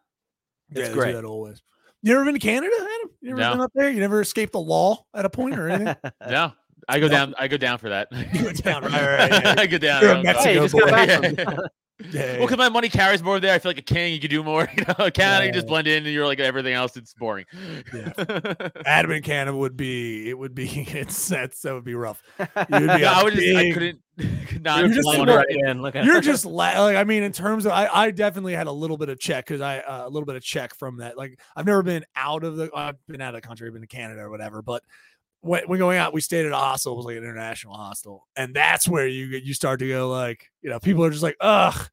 B: Yeah,
F: It's
B: they
F: great.
B: Do that always. You ever been to Canada, Adam? You ever
E: No.
B: been up there? You never escaped the law at a point or
F: [LAUGHS]
B: anything?
E: No, I go
B: Uh, No.
E: down. I go down for that.
B: You go down, right, right, right, yeah.
E: [LAUGHS] I go down.
B: You're a
E: I'm
B: Mexico
E: sorry.
B: Hey, you just got boy. back
E: Yeah.
B: [LAUGHS] Yeah,
E: [LAUGHS] Well, because my money carries more there. I feel like a king, you can do more. [LAUGHS] You know, Canada, you just blend in, and you're like everything else. It's boring. [LAUGHS]
B: Yeah.
E: Yeah.
B: Adam and Canada would be. It would be. [LAUGHS] It's that's that would be rough.
F: [LAUGHS] You're
B: be a
E: I would just, I
B: big-
E: couldn't, [LAUGHS] could not.
B: just
E: wander
B: smart.
E: right in.
F: in. Look
E: [LAUGHS]
F: at [LAUGHS]
B: You're just la- like I mean, in terms of I, I definitely had a little bit of check because I uh, a little bit of check from that. Like I've never been out of the I've been out of the country, I've been to Canada or whatever. But when when going out, we stayed at a hostel. It was like an international hostel, and that's where you get- you start to go like you know people are just like ugh.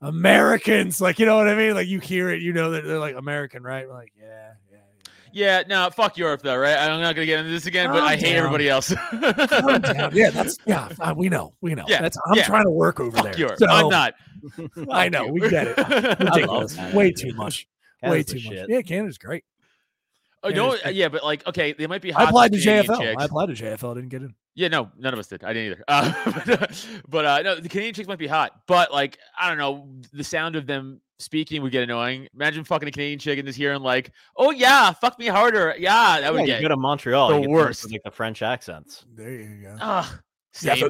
B: Americans, like you know what I mean. Like you hear it, you know that they're like American, right? We're like yeah, yeah.
E: Yeah, no, fuck Europe though, right? I'm not gonna get into this again, but
B: Calm
E: I hate
B: down.
E: everybody else. [LAUGHS]
B: yeah. Calm down. yeah, that's yeah. uh, We know, we know.
E: Yeah,
B: that's I'm
E: yeah.
B: trying to work over
E: fuck
B: there.
E: Europe.
B: So,
E: I'm not.
B: I know, we get
E: [LAUGHS]
B: it. Ridiculous.
F: Canada,
B: Way
F: dude.
B: too much. Way
F: Canada's
B: too
F: the
B: much.
F: shit.
B: Yeah, Canada's great.
E: Oh,
B: Yeah,
E: no,
B: it's-
E: yeah, but like, okay, they might be. Hot
B: I applied to
E: Canadian
B: JFL.
E: chicks.
B: I applied to JFL. Didn't get in.
E: Yeah, no, none of us did. I didn't either. [LAUGHS] Uh, but uh, but, uh, no, the Canadian chicks might be hot, but like I don't know, the sound of them speaking would get annoying. Imagine fucking a Canadian chick and just hearing like, "Oh yeah, fuck me harder." Yeah, that
F: Yeah,
E: would
F: you
E: get.
F: go to Montreal.
E: the
F: you get someone with,
E: worst.
F: Like the French accents.
B: There you go.
E: Ah,
B: Yeah,
E: same.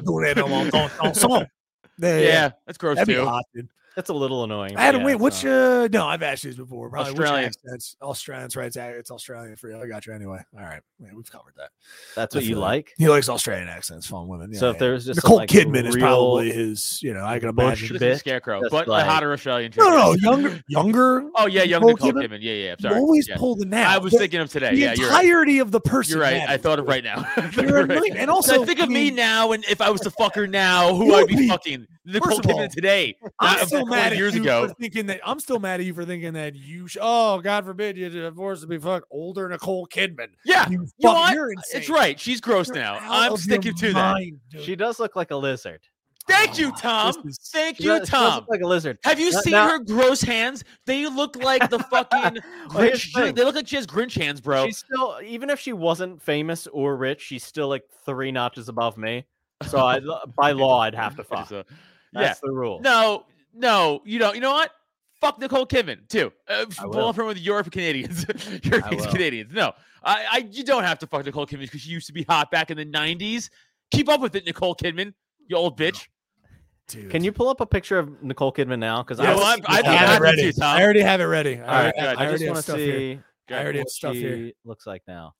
B: There you go.
E: yeah, that's gross
B: That'd be
E: too.
B: hot, dude.
F: That's a little annoying. but
B: Adam,
F: yeah,
B: wait,
F: it's
B: what's
F: not-
B: your? No, I've asked you this before. Probably what's your
E: uh, Australian.
B: accents? Australians, right? It's, it's Australian for you. I got you anyway. All right, yeah, we've covered that.
F: That's
B: I
F: what you
B: feel
F: like.
B: He likes Australian accents, fun women.
F: so
B: yeah,
F: if there's
B: yeah.
F: just
B: Nicole
F: some, like,
B: Kidman is
F: real-
B: probably his. You know, I can
F: Bush
B: imagine.
E: This is
F: bitch,
E: Scarecrow,
F: just
E: but
F: like-
E: the hotter Australian chick.
B: No, no,
E: [LAUGHS]
B: no,
E: is-
B: younger, younger.
E: Oh yeah, young Nicole, Kidman. Yeah, yeah. I'm
B: you
E: sorry.
B: always
E: Yeah.
B: pull the now.
E: I was
B: The-
E: thinking of today.
B: the
E: yeah, you're right.
B: entirety of the person.
E: You're right. I thought of right now. [LAUGHS]
B: You're
E: You're right.
B: right. And
E: So
B: also,
E: think
B: I
E: of me
B: mean,
E: now, and if
B: [LAUGHS]
E: I was to fuck her now, who
B: You
E: I'd
B: would
E: be,
B: be-
E: fucking Nicole
B: of all,
E: Kidman today.
B: I'm
E: not
B: still
E: 20
B: mad at
E: years
B: you
E: ago.
B: for thinking that. I'm still mad at you for thinking that you. Sh- oh God forbid you divorce to be fuck older Nicole Kidman.
E: Yeah,
B: you
E: Ah, know
B: fuck-
E: what?
B: you're insane.
E: it's right. She's gross
B: You're
E: now.
B: out
E: I'm
B: of your
E: sticking to that.
B: mind, dude.
F: She does look like a lizard.
E: Thank you,
B: Oh,
E: Tom.
B: this is-
E: Thank
F: She
E: you,
F: does- she does
E: Tom.
F: look like a lizard.
E: Have you
F: Now-
E: seen
F: now-
E: her gross hands? They look like the
B: [LAUGHS]
E: fucking.
F: Here's the
E: Grinch-
F: thing.
E: they look like she has Grinch hands, bro.
F: She's still, even if she wasn't famous or rich, she's still like three notches above me. So I,
B: [LAUGHS]
F: by law, I'd have to fuck.
E: It's a-
F: That's
E: yeah.
F: the rule.
E: No, no, you don't. You know what? Fuck Nicole Kidman too. Uh, f-
F: I
E: blow
F: will.
E: up her with Europe Canadians, [LAUGHS] Europeans
F: will.
E: Canadians. No, I, I, you don't have to fuck Nicole Kidman because she used to be hot back in the '90s. Keep up with it, Nicole Kidman, you old bitch.
B: Dude.
F: Can you pull up a picture of Nicole Kidman now? Because
E: You
F: I,
E: know
F: was-
E: what?
B: I
E: I'd be
B: have it
E: happy
B: ready.
E: to, Tom.
B: I already have it ready.
F: All right,
E: good.
F: I just
B: already have
F: want to
B: stuff here.
F: see
B: I already have
F: what
B: stuff
F: she
B: here.
F: looks like now.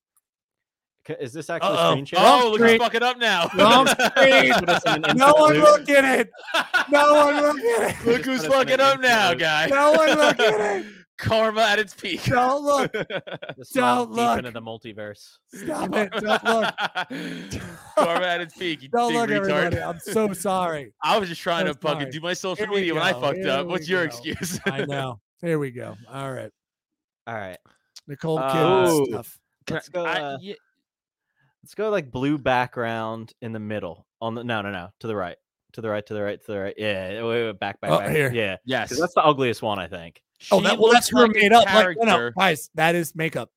F: Ca- Is this actually
B: Uh-oh.
F: screen share?
E: Oh,
B: Wrong
E: look, he's
B: [LAUGHS] screen.
E: fucking up now. [LAUGHS]
B: Wrong
F: [LAUGHS]
B: screen.
F: Put us in an
B: No
F: instant
B: one
F: loop.
B: look at it. No one look at it.
E: [LAUGHS] Look
F: Just
E: who's
F: put us in an
E: fucking up
F: instant
E: now,
F: loop.
E: guy.
B: No one look at it.
E: Karma at its peak.
B: [LAUGHS] Don't look.
F: This smiles
B: Don't
F: deep
B: look.
F: into the multiverse.
B: Stop
E: [LAUGHS]
B: it. Don't look.
E: Karma at its peak. You
B: Don't
E: big
B: look,
E: retard.
B: everybody. I'm so sorry.
E: I was just trying
B: So
E: to fucking
B: sorry.
E: do my social
B: Here we
E: media when I
B: go.
E: fucked
B: Here
E: up. What's
B: we go.
E: your excuse? [LAUGHS]
B: I know. Here we go. All right.
F: All right.
B: Nicole
E: Uh,
B: Kidman
F: ooh.
B: stuff.
E: Can
F: Let's go,
E: I-
F: uh,
E: yeah,
F: Let's go like blue background in the middle. On the no, no, no, to the right, to the right, to the right, to the right. Yeah, wait, wait, back, back,
B: Oh,
F: back.
B: here.
F: Yeah, 'cause
E: Yes.
F: that's the ugliest one, I think.
B: Oh,
E: She
B: that, well, that's
E: looks
B: her
E: like a
B: made up. Like, no, no,
E: character.
B: guys, that is makeup.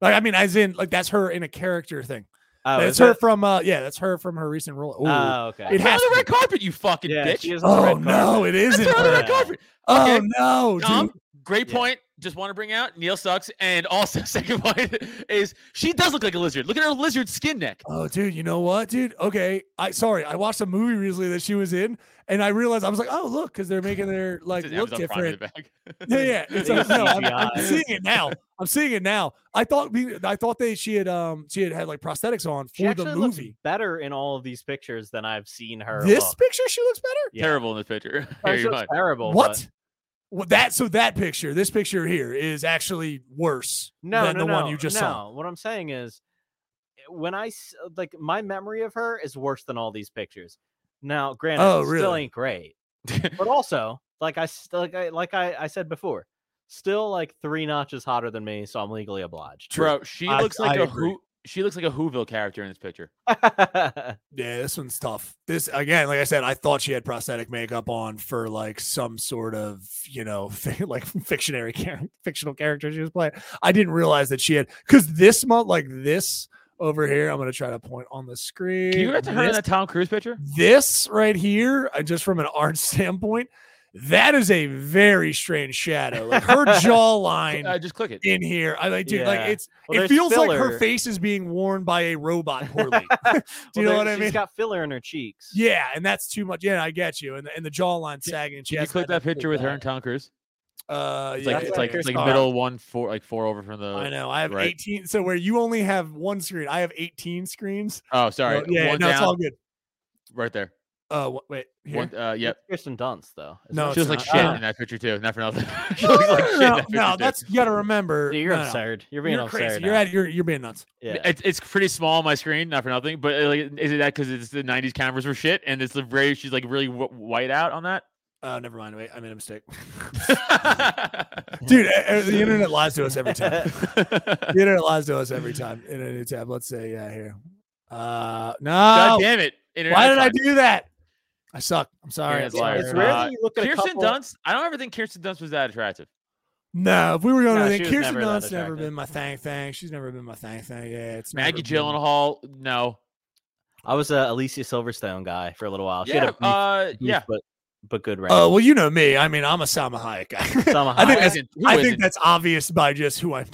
B: Like, I mean, as in, like, that's her in a character thing.
F: Oh,
B: that's
F: is
B: her
F: it?
B: from, uh, yeah, that's her from her recent role. Ooh.
F: Oh, okay.
B: It
E: It's on
B: has
E: the
B: to
E: red carpet, you fucking
F: yeah,
E: bitch.
F: she is on the
B: oh,
F: red
B: no, it
F: carpet.
B: isn't.
E: [LAUGHS] That's her on the
B: her.
E: red
F: Yeah.
E: carpet.
B: Oh,
E: Okay.
B: no,
E: Tom,
B: dude.
E: Great
F: Yeah.
E: point. Just want to bring out Neil sucks, and also [LAUGHS] second point is she does look like a lizard. Look at her lizard skin neck.
B: Oh, dude, you know what, dude? Okay, I sorry, I watched a movie recently that she was in, and I realized I was like, oh, look, because they're making their [LAUGHS] like
E: It's
B: look
E: Amazon Prime in
B: different.
E: the back.
B: Yeah, [LAUGHS] yeah. It's,
F: They
B: uh,
F: use
B: no, I'm, I'm
F: CGI.
B: seeing it now. I'm seeing it now. I thought we, I thought they she had um she had had like prosthetics on
F: She
B: for
F: actually
B: the
F: looks
B: movie.
F: better in all of these pictures than I've seen her.
B: This
F: look.
B: picture, she looks better.
E: [LAUGHS]
F: Yeah.
E: Terrible in this picture.
F: Hers
E: Here, you
F: looks
B: [LAUGHS]
E: go.
F: terrible.
B: what?
F: but-
B: Well, that so that picture, this picture here is actually worse
F: no,
B: than
F: no,
B: the
F: no,
B: one you just
F: no.
B: saw.
F: What I'm saying is, when I s- like my memory of her is worse than all these pictures. Now, granted,
B: Oh,
F: it still
B: really?
F: ain't great, but also like I s- like I like I, I said before, still like three notches hotter than me, so I'm legally obliged. [LAUGHS]
E: Bro, she
B: I-
E: looks like
B: I
E: a
B: agree.
E: who she looks like a Whoville character in this picture.
B: Yeah, this one's tough. This again, like I said, I thought she had prosthetic makeup on for like some sort of you know [LAUGHS] fi- like fictionary char- fictional character she was playing. I didn't realize that she had because this month, like this over here, I'm gonna try to point on the screen.
E: Can you get to her in
B: This-
E: that Tom Cruise picture?
B: this right here, uh, just from an art [LAUGHS] standpoint, that is a very strange shadow. Like
E: [LAUGHS]
B: her jawline
E: Uh, just click it.
B: in here, I like, dude,
F: Yeah.
B: like it's
F: Well,
B: it
F: there's
B: feels like her
F: filler.
B: face is being worn by a robot poorly. [LAUGHS] Do you know
F: there-
B: what I mean?
F: She's got filler in her cheeks.
B: Yeah, and that's too much. Yeah, I get you. And the, and the jawline sagging.
E: Can you click that picture with her and Tom Cruise?
B: [LAUGHS] Uh,
E: It's
B: yeah,
E: like it's
F: that's
E: like
F: like
E: it's like
F: her
E: middle one four like four over from
B: I
E: the.
B: know. I have
E: right.
B: 18. So where you only have one screen, I have 18 screens.
E: Oh, sorry.
B: Well, yeah,
E: one
B: no, it's
E: down,
B: all good.
E: right there.
B: Uh, wh- wait. Here.
E: One, [LAUGHS] uh, yep.
F: It's Kristen Dunst though. isn't
B: No,
F: it?
E: She looks
B: it's
E: like
B: not.
E: shit
B: Uh,
E: in that picture too. Not for nothing. [LAUGHS] she
B: No, no,
E: looks like
B: no, no,
E: shit. in that
B: no,
E: picture, too.
B: that's you got to remember.
F: Dude, you're
B: no, no, no.
F: absurd. You're being
B: You're
F: absurd.
B: crazy.
F: now.
B: You're, at, you're you're being nuts.
F: yeah. [LAUGHS]
E: It's, it's pretty small on my screen, not for nothing. But uh, like, is it that because it's the '90s cameras were shit, and it's the very she's like really w- white out on that? [LAUGHS]
B: Uh, never mind. Wait, I made a mistake, dude. uh, uh, the internet lies to us every time. The internet lies to us every time in a new tab. Let's say yeah here. Uh, no.
E: God damn it!
B: Why did I
E: Internet's
B: do that? I suck. I'm sorry.
E: Internet's
B: I'm sorry.
E: liar.
F: it's rare
E: Uh,
F: that you look at
E: fine.
F: a
E: Kirsten
F: couple-
E: Dunst. I don't ever think Kirsten Dunst was that attractive.
B: No, if we were going
F: No,
B: to think
F: she was
B: Kirsten
F: never that
B: Dunst's never
F: attractive.
B: been my thang thang. She's never been my thang thang. Yeah, it's never
E: Maggie
B: been-
E: Gyllenhaal, no.
F: I was a Alicia Silverstone guy for a little while. She
E: yeah,
F: had a brief-
E: uh,
F: brief
E: yeah.
F: but but good range.
B: Oh well, you know me. I mean, I'm a Salma Hayek guy.
F: Salma
B: [LAUGHS] I think
E: [LAUGHS] Who
F: Hayek.
B: that's,
E: isn't?
B: [LAUGHS]
E: Who
B: I
E: isn't?
B: think that's obvious by just who I'm,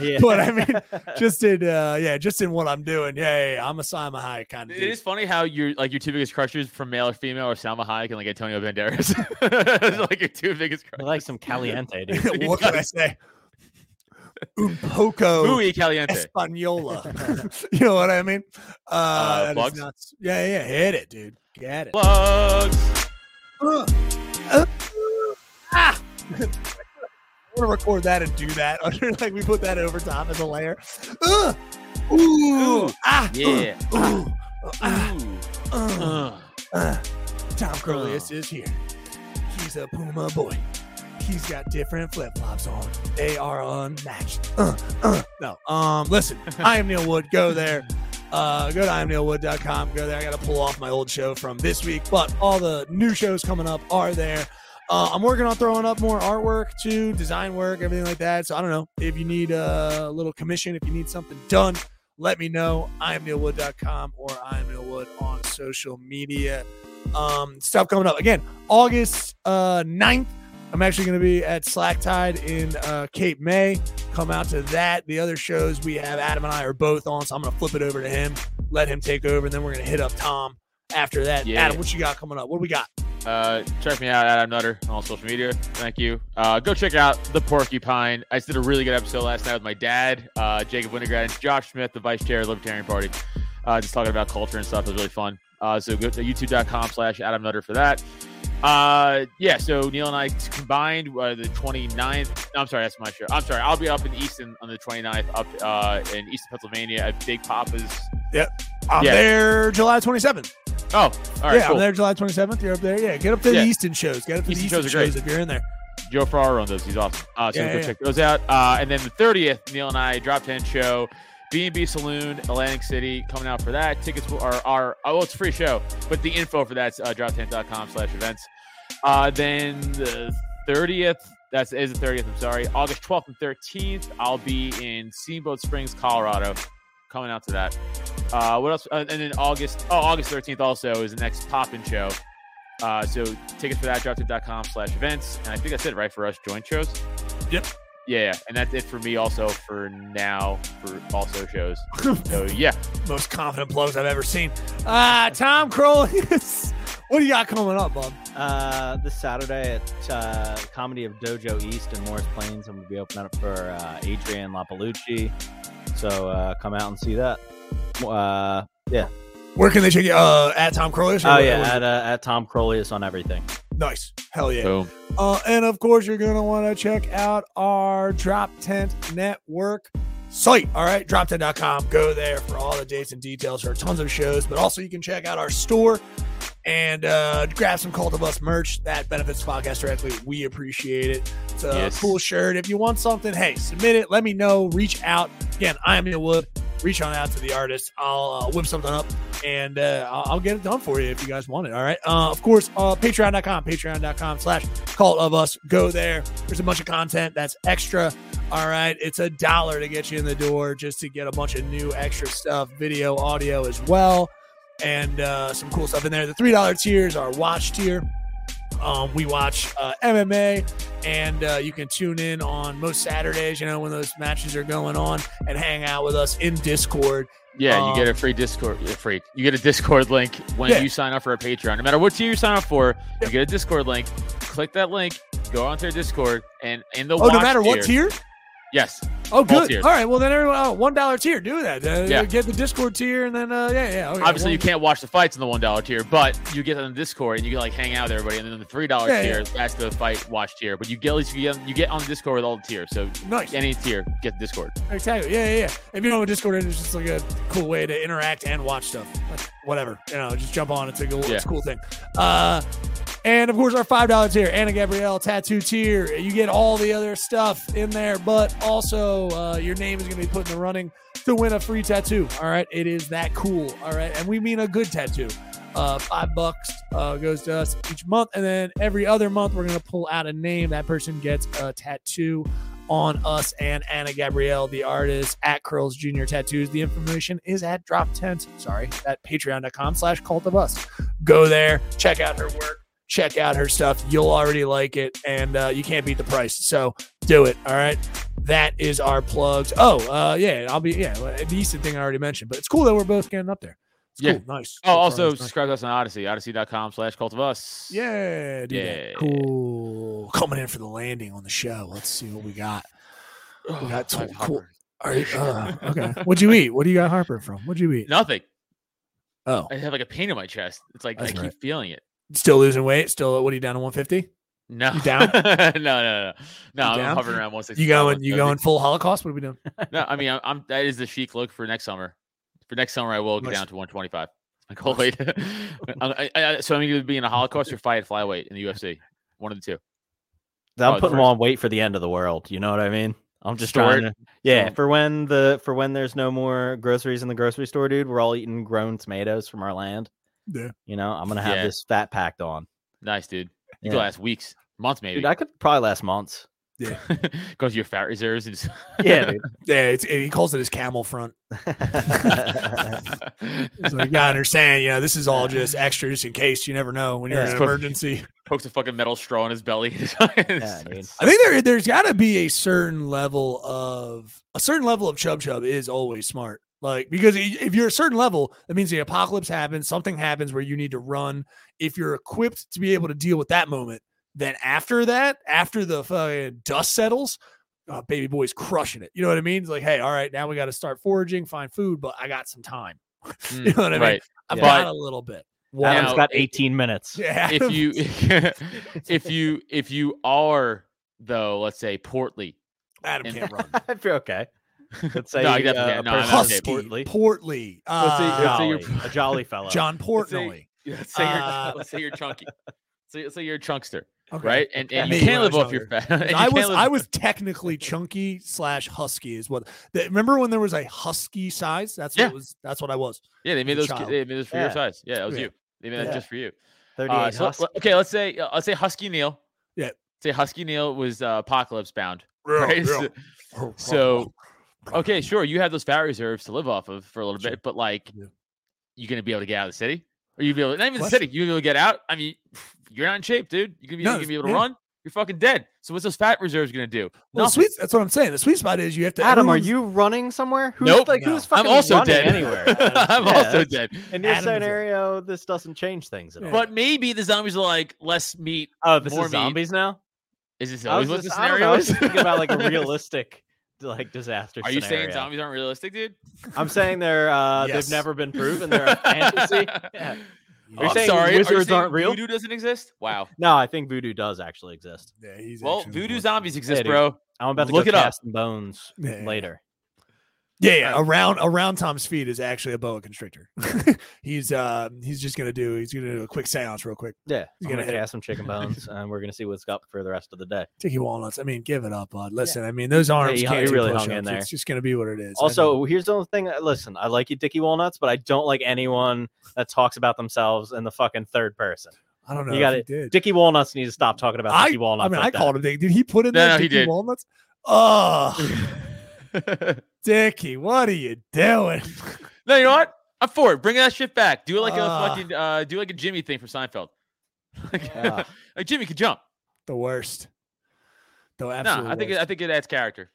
F: yeah.
B: but I mean, [LAUGHS] just in uh, yeah, just in what I'm doing. Yeah, yeah, yeah, I'm a Salma Hayek kind of.
E: It
B: Dude.
E: is funny how your like your two biggest crushes from male or female are Salma Hayek and like Antonio Banderas. [LAUGHS] Those are, like your two biggest
F: [LAUGHS] I
E: crushes.
F: like some
B: [LAUGHS]
F: caliente, dude.
B: what can I say? Un poco
E: Muy caliente.
B: Española. [LAUGHS] you know what I mean? Uh, that is
E: plugs?
B: nuts. Yeah, yeah, hit it, dude. Get it.
E: Plugs.
B: Uh, uh, [LAUGHS] ah! [LAUGHS] I want to record that and do that. [LAUGHS] under- like we put that over top as a layer. Uh, ooh,
E: Ooh,
B: ah, uh,
E: Yeah.
B: ooh, ah,
E: Ooh.
B: uh,
E: Uh.
B: uh. Tom Curlius is here. He's a Puma boy. He's got different flip flops on. They are unmatched. Uh, uh. No, um, listen, I am Neil Wood. Go there. Uh, go to imneilwood.com. Go there. I got to pull off my old show from this week, but all the new shows coming up are there. Uh, I'm working on throwing up more artwork too, design work, everything like that. So I don't know if you need a little commission, if you need something done, let me know. I am neilwood.com or I am neilwood on social media um, stuff coming up. Again, August uh, 9th, I'm actually going to be at Slack Tide in uh, Cape May. Come out to that. The other shows we have, Adam and I are both on, so I'm going to flip it over to him, let him take over, and then we're going to hit up Tom after that.
E: Yeah.
B: Adam, what you got coming up? What do we got?
E: Uh, check me out, Adam Nutter, on all social media. Thank you. Uh, go check out The Porcupine. I just did a really good episode last night with my dad, uh, Jacob Winograd, and Josh Smith, the vice chair of the Libertarian Party. Uh, just talking about culture and stuff. It was really fun. Uh, so go to youtube.com slash Adam Nutter for that. Uh, yeah, so Neil and I combined uh, the 29th. No, I'm sorry, that's my show. I'm sorry. I'll be up in Easton on the 29th, up uh, in Easton, Pennsylvania at Big Papa's.
B: I'm
E: Yeah.
B: there July 27th.
E: Oh, all right,
B: yeah,
E: cool.
B: I'm there July 27th. You're up there. Yeah, get up to
E: Yeah.
B: the Easton shows. Get up to the
E: Easton
B: Easton
E: shows
B: shows,
E: are great.
B: if you're in there. [LAUGHS]
E: Joe Ferraro on those. He's awesome. Uh, so
B: Yeah,
E: go
B: yeah,
E: check those out. Uh, and then the 30th, Neil and I, Drop 10 Show, B&B Saloon, Atlantic City, coming out for that. Tickets will- are, are oh, it's a free show, but the info for that's uh, droptent.com slash events. Uh, then the 30th, that's is the 30th, I'm sorry. August 12th and 13th, I'll be in Steamboat Springs, Colorado. Coming out to that. Uh, what else? Uh, and then August, oh, August 13th also is the next Poppin' show. Uh, so tickets for that, droptent.com slash events. And I think that's it, right, for us joint shows?
B: Yep.
E: Yeah, yeah, and that's it for me also for now for also shows. So yeah,
B: Most confident plugs I've ever seen. Ah, Tom [LAUGHS] Crowley. what do you got coming up, Bob?
F: Uh, this Saturday at uh, Comedy of Dojo East in Morris Plains, I'm gonna be opening up for uh, Adrian Lappalucci. So uh, come out and see that. Uh,
B: Where can they check you? Uh, at Tom Crowley.
F: oh yeah, at, uh, at Tom Crolius on everything.
B: Nice. Hell yeah.
E: boom.
B: Uh, and of course, you're going to want to check out our Drop Tent Network site. All right, droptent.com. Go there for all the dates and details. There are tons of shows, but also you can check out our store and uh, grab some Call to Bus merch. That benefits the podcast directly. We appreciate it. It's a
E: Yes.
B: cool shirt. If you want something, hey, submit it. Let me know. Reach out. Again, I am Neil Wood. Reach on out to the artist. I'll uh, whip something up and uh, I'll, I'll get it done for you if you guys want it. All right. Uh, of course, uh, patreon.com, patreon.com slash cult of us. Go there. There's a bunch of content that's extra. All right. It's a dollar to get you in the door just to get a bunch of new extra stuff, video, audio as well, and uh, some cool stuff in there. The $3 tiers are watch tier. Um, we watch uh, MMA, and uh, you can tune in on most Saturdays, you know, when those matches are going on, and hang out with us in Discord.
E: Yeah, you get a
B: Um,
E: free Discord a free. You get a Discord link when
B: Yeah.
E: you sign up for a Patreon. No matter what tier you sign up for, you get a Discord link. Click that link, go onto their Discord, and in the
B: Oh, no
E: watch
B: matter what tier?
E: Yes,
B: Oh,
E: All
B: good.
E: tiers.
B: All right. Well, then everyone, oh, one dollar tier. Do that. Uh,
E: Yeah.
B: Get the Discord tier, and then uh, yeah, yeah. okay,
E: obviously
B: well,
E: you can't watch the fights in the one dollar tier, but you get on the Discord and you can like hang out with everybody. And then the three dollar
B: Yeah,
E: tier, that's the fight watch tier. But you get at least you get, you get on the Discord with all the tiers. So
B: Nice.
E: any tier, get the Discord.
B: Exactly. Yeah, yeah, yeah. If you don't have Discord, it's just like a cool way to interact and watch stuff. Like, whatever. You know, just jump on. It's a cool,
E: Yeah.
B: it's a cool thing. Uh, and of course, our five dollar tier, Anna Gabrielle tattoo tier. You get all the other stuff in there, but also uh, your name is going to be put in the running to win a free tattoo. All right, it is that cool. All right, and we mean a good tattoo. Uh, five bucks uh, goes to us each month, and then every other month we're going to pull out a name. That person gets a tattoo on us and Anna Gabrielle, the artist at Curls Junior Tattoos. The information is at Drop Tent. Sorry, at patreon.com slash cult of us. Go there, check out her work, check out her stuff. You'll already like it, and uh, you can't beat the price. So do it. All right. That is our plugs. Oh, uh, yeah, I'll be yeah, well, the Easton thing I already mentioned, but it's cool that we're both getting up there. It's
E: Yeah.
B: cool. Nice.
E: Oh, also
B: Nice, nice.
E: subscribe to us on Odyssey, odyssey.com slash cult of us. [SIGHS]
B: Yeah, do
E: Yeah.
B: that. Cool. Coming in for the landing on the show. Let's see what we got. We got
E: I'm
B: tw- Oh, cool.
E: hungry.
B: All right. okay. What'd you eat? What do you got Harper from? What'd you eat?
E: Nothing.
B: Oh,
E: I have like a pain in my chest. It's like
B: That's
E: I keep
B: right.
E: feeling it.
B: still losing weight. Still, what are you down to 150?
E: No.
B: You down?
E: [LAUGHS] no, no, no, no. I'm
B: down?
E: hovering around 160.
B: You going? You going
E: 170.
B: full Holocaust? What are we doing?
E: No, I mean, I'm, I'm. That is the chic look for next summer. For next summer, I will get
B: Nice.
E: down to [LAUGHS] 125. It's my goal weight. I, I, I- so I'm going to be in a Holocaust or fight at flyweight in the UFC. One of the two.
F: I'm
E: Oh,
F: putting
E: for-
F: on weight for the end of the world. You know what I mean? I'm just
E: Store
F: trying
E: it.
F: to, yeah,
E: So-
F: for when the for when there's no more groceries in the grocery store, dude. We're all eating grown tomatoes from our land.
B: Yeah.
F: You know, I'm gonna have
E: Yeah.
F: this fat packed on.
E: Nice, dude. You
F: Yeah.
E: could last weeks, months, maybe.
F: Dude, I could probably
E: [LAUGHS]
F: last months.
E: Go to your fat reserves and. Just...
F: Yeah, [LAUGHS] dude.
B: Yeah, it's, he calls it his camel front.
E: [LAUGHS]
B: [LAUGHS] He's
E: Pokes
B: like, yeah, I understand. You know, this is all just extras in case you never know when you're
F: Yeah.
B: in an emergency.
E: a fucking metal straw in his belly. [LAUGHS]
F: yeah, dude.
B: I think there there's got to be a certain level of a certain level of chub chub is always smart. Like because i- if you're a certain level, that means the apocalypse happens, something happens where you need to run. If you're equipped to be able to deal with that moment, then after that, after the fucking dust settles, uh, baby boy's crushing it. You know what I mean? It's like, hey, all right, now we got to start foraging, find food, but I got some time.
E: Mm,
B: [LAUGHS] You know what I mean?
E: right.
B: I've
F: Yeah.
B: got a little bit. [LAUGHS]
F: Adam's
E: Now,
F: got
E: it-
F: 18 minutes. [LAUGHS]
B: Yeah. [LAUGHS]
E: if you [LAUGHS] if you if you are though let's say portly
B: Adam
E: and- [LAUGHS]
B: can't run.
F: I feel okay. Let's say
E: No,
F: uh,
E: you definitely
F: a
E: can't. No, I'm not okay.
F: person
B: Husky,
F: named Portly.
B: Portly,
E: Let's see-
B: uh,
E: let's say you're- [LAUGHS]
F: Jolly, a jolly fellow.
B: John
E: Let's say-
B: Portnoy.
E: let's say, you're,
B: Uh, [LAUGHS]
E: let's say you're chunky let's say, let's say you're a chunkster
B: Okay.
E: right? And, and
B: Me,
E: you can't
B: when
E: live
B: I was
E: off your
B: younger.
E: fat. [LAUGHS] and you
B: I
E: can't
B: was
E: live-
B: I was technically chunky slash husky is what. The, remember when there was a husky size? That's what
E: Yeah.
B: it was. That's what I was.
E: yeah. They made
B: a
E: those. ki-
B: child.
E: They made those for your
F: Yeah.
E: size. Yeah, that was
B: Yeah.
E: you. They made that
F: Yeah.
E: just for you.
F: Thirty-eight.
E: Uh, so let-
F: husky.
E: let- okay, let's say uh, let's say Husky Neil.
B: Yeah.
E: Say Husky Neil was uh, apocalypse bound. Right? [LAUGHS] So-
F: Oh,
E: So, okay, sure, you have those fat reserves to live off of for a little
B: Sure.
E: bit, but like,
B: Yeah.
E: you gonna be able to get out of the city? Or you be able? Not even the
B: What?
E: city. You gonna be able to get out? I mean, [SIGHS] you're not in shape, dude. You gonna be,
B: No,
E: you gonna be able to
B: yeah.
E: run? You're fucking dead. So what's those fat reserves gonna do? [LAUGHS]
B: well,
E: Nothing.
B: sweet. That's what I'm saying. The sweet spot is you have to.
F: Adam, are
B: everyone's-
F: you running somewhere? Who's,
E: Nope.
F: Like,
B: No.
F: who's
E: I'm
F: fucking
E: also
F: running
E: dead
F: [LAUGHS] anywhere?
E: I'm
F: Uh, Yeah,
E: also
F: that's-
E: dead.
F: In your
B: Adam is a-
F: scenario, this doesn't change things at all.
E: But maybe the zombies are like less meat.
F: oh, this
E: more
F: is
E: meat.
F: zombies now.
E: Is this
B: Oh,
F: I was
E: always what the
F: just- I don't
E: scenario
F: know, I was
B: [LAUGHS]
E: is?
F: just thinking about
E: [LAUGHS]
F: like a realistic, like disaster.
E: Are you saying
F: scenario.
E: zombies aren't realistic, dude?
F: I'm saying they're uh,
B: Yes.
F: they've never been proven.
B: [LAUGHS]
F: They're a
E: [LAUGHS]
F: fantasy. [LAUGHS] Yeah.
E: Oh,
F: You're
E: I'm
F: saying
E: sorry. are you
F: wizards
E: saying
F: aren't real?
E: Voodoo doesn't exist. Wow.
F: No, I think voodoo does actually exist.
B: Yeah, he's
E: Well,
B: actually
E: voodoo
B: working.
E: zombies exist,
F: dude.
E: bro.
F: I'm about to
E: Look
F: go
E: it up.
F: cast some bones
B: Yeah.
F: later.
B: Yeah, yeah. Around around Tom's feet is actually a boa constrictor. [LAUGHS] he's uh he's just gonna do he's gonna do a quick seance real quick.
F: Yeah,
B: He's
F: I'm gonna
B: gonna hit it.
F: cast some chicken bones, and we're gonna see what's up for the rest of the day.
B: Tiki walnuts. I mean, give it up, bud. Listen, I mean those arms
F: he hung-
B: can't
F: he
B: do
F: really hung in
B: push-ups.
F: there.
B: It's just gonna be what it is. I know.
F: Also, here's the only thing. uh, Listen, I like you, Dicky Walnuts, but I don't like anyone that talks about themselves in the fucking third person.
B: I don't know.
F: you got
B: if
F: it.
B: he did.
F: Dicky Walnuts need to stop talking about Dicky Walnuts.
B: I mean,
F: like
B: I
F: that.
B: called him. Dick. Did he put in
E: No,
B: that
E: no, he
B: Dickie
E: did.
B: walnuts? Oh,
F: [LAUGHS]
E: [LAUGHS] no,
B: Dickie, what are you doing? [LAUGHS]
E: you know what? I'm for it. Bring that shit back. Do it like a
B: Ah.
E: fucking uh, do like a Jimmy thing from Seinfeld. [LAUGHS] Like, [LAUGHS]
F: Ah.
E: like Jimmy could jump.
B: The worst. The
E: No,
B: absolute
E: I think it,
B: worst.
E: I think it adds character.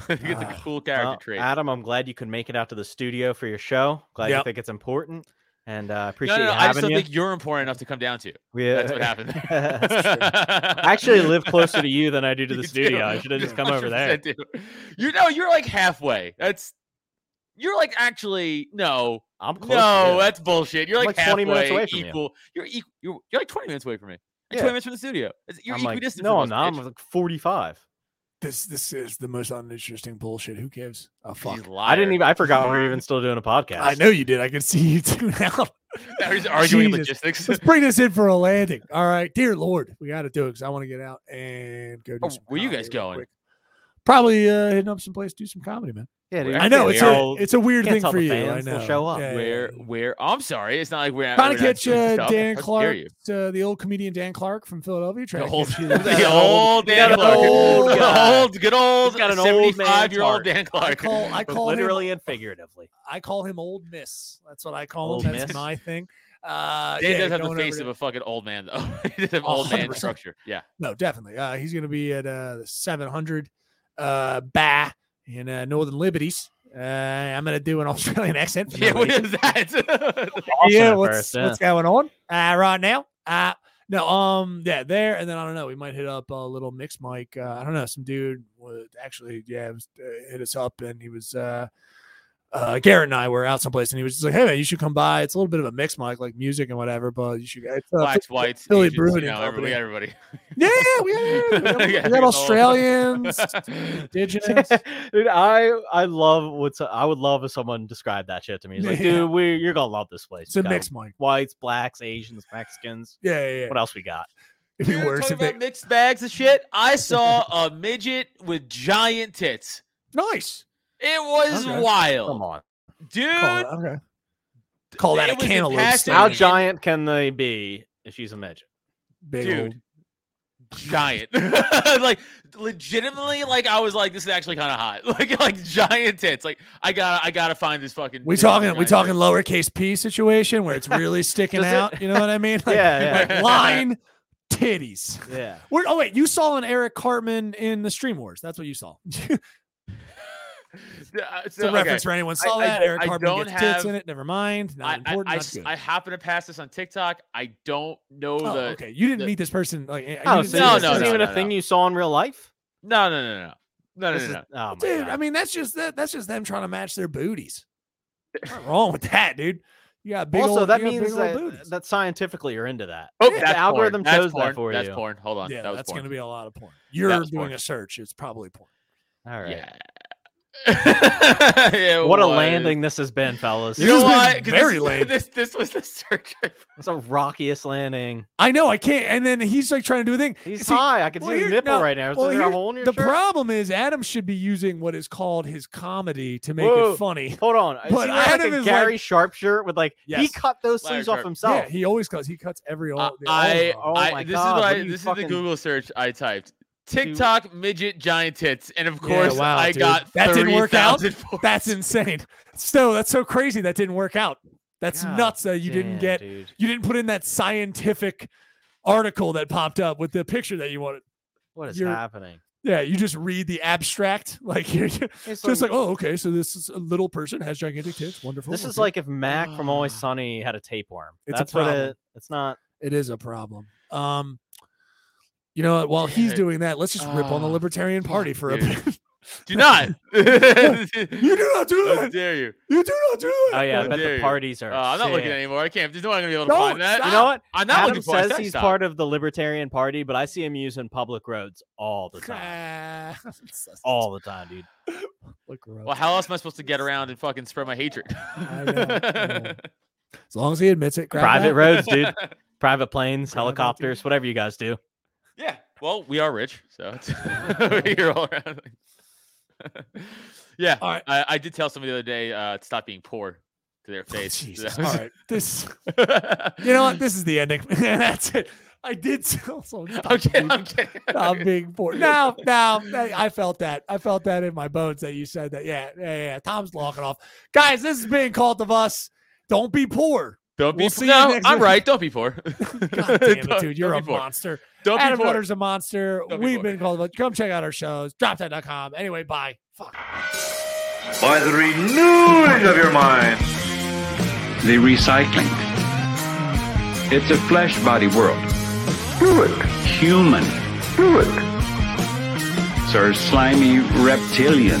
E: [LAUGHS] I think it's like a
B: Ah,
E: cool character
F: Well,
E: trait.
F: Adam, I'm glad you could make it out to the studio for your show. Glad you
B: Yep.
F: think it's important, and uh,
E: no,
F: appreciate
E: no, no.
F: you
E: I just
F: having
E: don't
F: you.
E: think you're important enough to come down to.
F: We,
E: That's what
F: uh,
E: happened.
F: [LAUGHS]
E: [LAUGHS]
F: That's true. [LAUGHS] I actually live closer to you than I do to the
E: You do.
F: studio. I should have
E: You [LAUGHS]
F: just come over there.
E: 100% do. You know, you're like halfway. That's you're like actually no,
F: I'm close.
E: no, that's bullshit. You're
F: I'm
E: like,
F: like 20 minutes
E: halfway
F: away from you.
E: equal. You're equal. You're, you're like 20 minutes away from me. Like
F: Yeah.
E: 20 minutes from the studio. It's- You're
F: I'm like,
E: equidistant.
F: no,
E: from
F: I'm
E: us,
F: not. I'm
E: bitch.
F: like 45.
B: this this is the most uninteresting bullshit. Who gives a fuck?
E: He's
F: I didn't
E: liar.
F: even. I forgot we were even still doing a podcast.
B: I know you did. I could see you [LAUGHS] tune out.
E: Now he's arguing
B: Jesus.
E: logistics.
B: Let's bring this in for a landing. All right, dear Lord, we got to do it because I want to get out and go do
E: Oh,
B: some
E: where you guys
B: comedy real
E: going?
B: quick. Probably uh, hitting up some place, do some comedy, man.
F: Yeah,
E: dude,
B: I know it's a,
F: Well,
B: it's a weird
F: can't
B: thing
F: tell
B: for
F: the
B: you.
F: fans,
B: I
F: they'll
B: know.
F: show up.
B: Yeah, yeah,
E: [LAUGHS] Where,
B: yeah.
E: where? oh, I'm sorry. It's not like we're
B: Trying
E: we're
B: to
E: not
B: catch
E: doing
B: uh,
E: stuff.
B: Dan
E: How dare
B: Clark,
E: you.
B: uh, the old comedian Dan Clark from Philadelphia.
E: The
B: Trying
E: old, [LAUGHS]
B: to catch you
E: the
B: there.
E: old Dan
F: got an
E: Clark.
F: old
E: The
F: guy.
E: old, good old,
F: He's got an old man
E: 75 year old
F: Clark.
E: Dan
B: I
E: Clark.
B: call
E: [LAUGHS]
B: I
F: both
B: call him
F: literally
B: [LAUGHS]
F: and figuratively.
B: I call him Old Miss. That's what I call
F: Old
B: him. That's
F: Miss.
B: my thing. Uh,
E: Dan
B: yeah,
E: does have
B: going
E: the
B: over
E: face
B: to-
E: of a fucking old man, though. [LAUGHS] he does have old man
B: 100%.
E: structure. Yeah.
B: No, definitely. Uh, he's going to be at uh, the 700 uh, Ba in uh, Northern Liberties. Uh, I'm going to do an [LAUGHS] Australian accent. for no
E: Yeah, what
B: reason.
E: is that? [LAUGHS]
F: Awesome
B: yeah,
F: at
B: what's
F: first, yeah.
B: what's going on uh, right now? Uh, no, um, yeah, there, and then I don't know. We might hit up a little mix mic. Uh, I don't know. Some dude was actually, yeah, was, uh, hit us up, and he was. Uh, uh, Garrett and I were out someplace, and he was just like, "Hey man, you should come by. It's a little bit of a mix mic, like music and whatever, but you should." It's, uh,
E: Blacks,
B: Phil-
E: whites,
B: Philly
E: Asians,
B: Brewing
E: you know, every-
B: Company.
E: we got everybody.
B: Yeah, we had, we
E: [LAUGHS]
B: had, we
E: Yeah,
B: had
E: all-
B: Australians,
E: [LAUGHS]
B: indigenous.
F: [LAUGHS] dude, I I love what's I would love if someone described that shit to me. It's like,
B: [LAUGHS] Yeah.
F: dude, we you're gonna love this place.
B: It's a
F: Got
B: mix mic.
F: Whites, blacks, Asians, Mexicans.
B: Yeah, yeah, yeah.
F: What else we got?
B: It'd be
E: You wanna
B: worse
E: talk
B: if they.
E: about mixed bags of shit. I saw a midget with giant tits.
B: Nice.
E: It was
B: Okay.
F: Come
E: wild,
F: on.
E: dude.
B: Call it, okay. Call that
E: it
B: a
E: was
B: cantaloupe.
E: impassioned.
F: How
E: Dude.
B: stand.
F: giant can they be if she's a midget?
B: Big
E: Dude.
B: old-
E: giant. [LAUGHS] like legitimately, like I was like, this is actually kind of hot. [LAUGHS] Like like giant tits. Like I gotta I gotta find this fucking.
B: We
E: this fucking
B: talking we
E: giant
B: talking
E: tits.
B: lowercase p situation
E: [LAUGHS]
B: where it's really sticking
F: Does it-
B: out. You know what I mean? Like,
F: Yeah,
E: yeah.
B: line titties.
F: yeah, yeah.
B: Where, oh wait, you saw an Eric Cartman in the Stream Wars. That's what you [LAUGHS] saw. it's
E: [LAUGHS] Uh, so,
B: a
E: okay.
B: reference for anyone. Saw
E: I-
B: that
E: I-
B: Eric
E: I
B: Cartman
E: don't
B: gets tits
E: have-
B: in it. Never mind.
E: I,
B: Not
E: I,
B: important.
E: I,
B: not
E: s-
B: good.
E: I happen to pass this on TikTok. I don't know
B: oh,
E: the
B: okay, you didn't
E: the-
B: meet this person. Like, you
F: Oh,
B: didn't
F: so
B: see
E: No,
F: this
B: this
E: no,
F: isn't
B: person.
E: no,
F: even
E: no, no.
F: a thing you saw in real life.
E: no no no no no no
F: This
E: no,
F: is-
E: no.
F: oh my
B: [LAUGHS] dude.
F: God.
B: I mean, that's just that. That's just them trying to match their booties.
E: [LAUGHS]
B: Nothing wrong with that, dude. You got big
F: also,
B: old,
F: that
B: you got big
F: means
B: old
F: that,
B: booties.
F: that scientifically you're into that.
E: Oh,
F: The
E: that's porn.
F: algorithm
E: That's
F: chose that
E: porn.
F: for
E: That's
F: you.
E: porn. Hold on,
B: yeah,
E: that was
B: that's
E: porn.
B: gonna be a lot of porn. You're
E: was
B: doing
E: porn.
B: a search. It's probably porn.
F: All right.
E: Yeah, yeah, [LAUGHS]
F: What a
E: was.
F: landing this has been, fellas.
E: You know
B: This has been
E: why? 'Cause
B: very
E: [LAUGHS] this,
B: lame.
E: This this was the search. I
F: It's the rockiest landing.
B: I know I can't. And then he's like trying to do a thing.
F: He's
B: See,
F: high. I can
B: well,
F: see his
B: here-
F: nipple
B: no,
F: right now. Is
B: well,
F: there a
B: here-
F: hole in your
B: The
F: shirt?
B: problem is Adam should be using what is called his comedy to make
F: Whoa.
B: it funny. [LAUGHS]
F: Hold on. Is he
B: But
F: wearing,
B: Adam
F: like a
B: is
F: Gary
B: like-
F: Sharp shirt with like he
B: Yes.
F: cut those
E: Larry
F: sleeves off
E: Sharp.
F: himself.
B: Yeah, he always cuts. He cuts every all. the- all of
E: I,
B: them.
F: Oh
E: I-
F: my
E: this
F: God,
E: is what
F: what
E: I,
F: are you
E: this is
F: fucking-
E: the Google search I typed. TikTok midget giant tits, and of course
B: wow,
E: I
B: dude.
E: got
B: That didn't work out?
E: 30,000 votes.
B: That's insane. So that's so crazy. That didn't work out. That's
F: God
B: nuts that you didn't
F: Damn,
B: get.
F: dude.
B: You didn't put in that scientific article that popped up with the picture that you wanted.
F: What is
B: your-
F: happening?
B: Yeah, you just read the abstract, [LAUGHS] like you're you're
F: It's
B: just like, oh, okay, so this is a little person has gigantic tits. Wonderful.
F: this is
B: okay."
F: like if Mac from Always
E: Ah.
F: Sunny had a tapeworm.
B: It's a
F: That's what
B: problem.
F: it,
B: [LAUGHS]
F: it's not.
B: it is a problem. Um, you know what? While he's
E: Yeah.
B: doing that, let's just rip on
F: uh,
B: the
E: Ah,
B: Libertarian Party
E: fuck,
B: for a
E: dude.
B: bit. [LAUGHS]
E: Do not.
B: you do not do
E: [LAUGHS] How
B: that.
E: dare you?
B: You do not do that.
F: Oh yeah, I
B: [LAUGHS]
E: How
F: bet
E: dare
F: the
E: you.
F: parties are.
E: Uh, I'm not looking
F: sick.
E: anymore. I can't. There's no one gonna be able to
B: Oh, Don't
E: find that.
B: stop.
F: You know what?
E: I'm not
F: Adam
E: looking for it.
F: says
E: Sex
F: he's
E: stop.
F: part of the Libertarian Party, but I see him using public roads all the time.
B: Ah,
F: [LAUGHS]
B: [LAUGHS]
F: all the time, dude.
B: look gross.
E: Well, how else am I supposed to get around and fucking spread my hatred?
B: I know, I know. As long as he admits it, grab
F: Private
B: that.
F: roads, dude. Private
B: Grab
F: planes,
B: that, dude.
F: helicopters, whatever you guys do.
E: [LAUGHS] Yeah. Well, we are rich, so it's [LAUGHS] you're all around. yeah.
B: All right. [LAUGHS]
E: I, I did tell somebody the other day uh, to stop being poor to their
F: [LAUGHS]
E: face. so
B: Oh,
E: [LAUGHS]
B: Jesus.
E: that
B: All
E: was-
B: right. This you know what? This is the ending. [LAUGHS] That's it. I did [LAUGHS] tell someone. stop
E: I'm kidding.
B: being-
E: I'm kidding.
B: stop being
F: [LAUGHS]
B: poor. Now, now I I felt that. I felt that in my bones that you said that. Yeah, yeah, yeah. Tom's locking off. Guys, this is being called of us. Don't be poor.
E: Don't be
B: We'll
E: poor.
B: see you
E: No,
B: next
E: I'm
B: week.
E: right. Don't be poor. [LAUGHS]
B: God damn it,
E: Don't-
B: dude. You're
E: don't
B: a
E: be poor.
B: monster.
E: Don't
B: Adam
E: be poor.
B: Rutter's a monster.
E: Don't be
B: We've
E: poor.
B: been called of us. Come check out our shows. Dropthat.com. Anyway, bye. Fuck.
C: By the renewing of your mind.
D: The recycling. It's a flesh body world.
C: Do it.
D: Human.
C: Do it.
D: Sir slimy reptilian.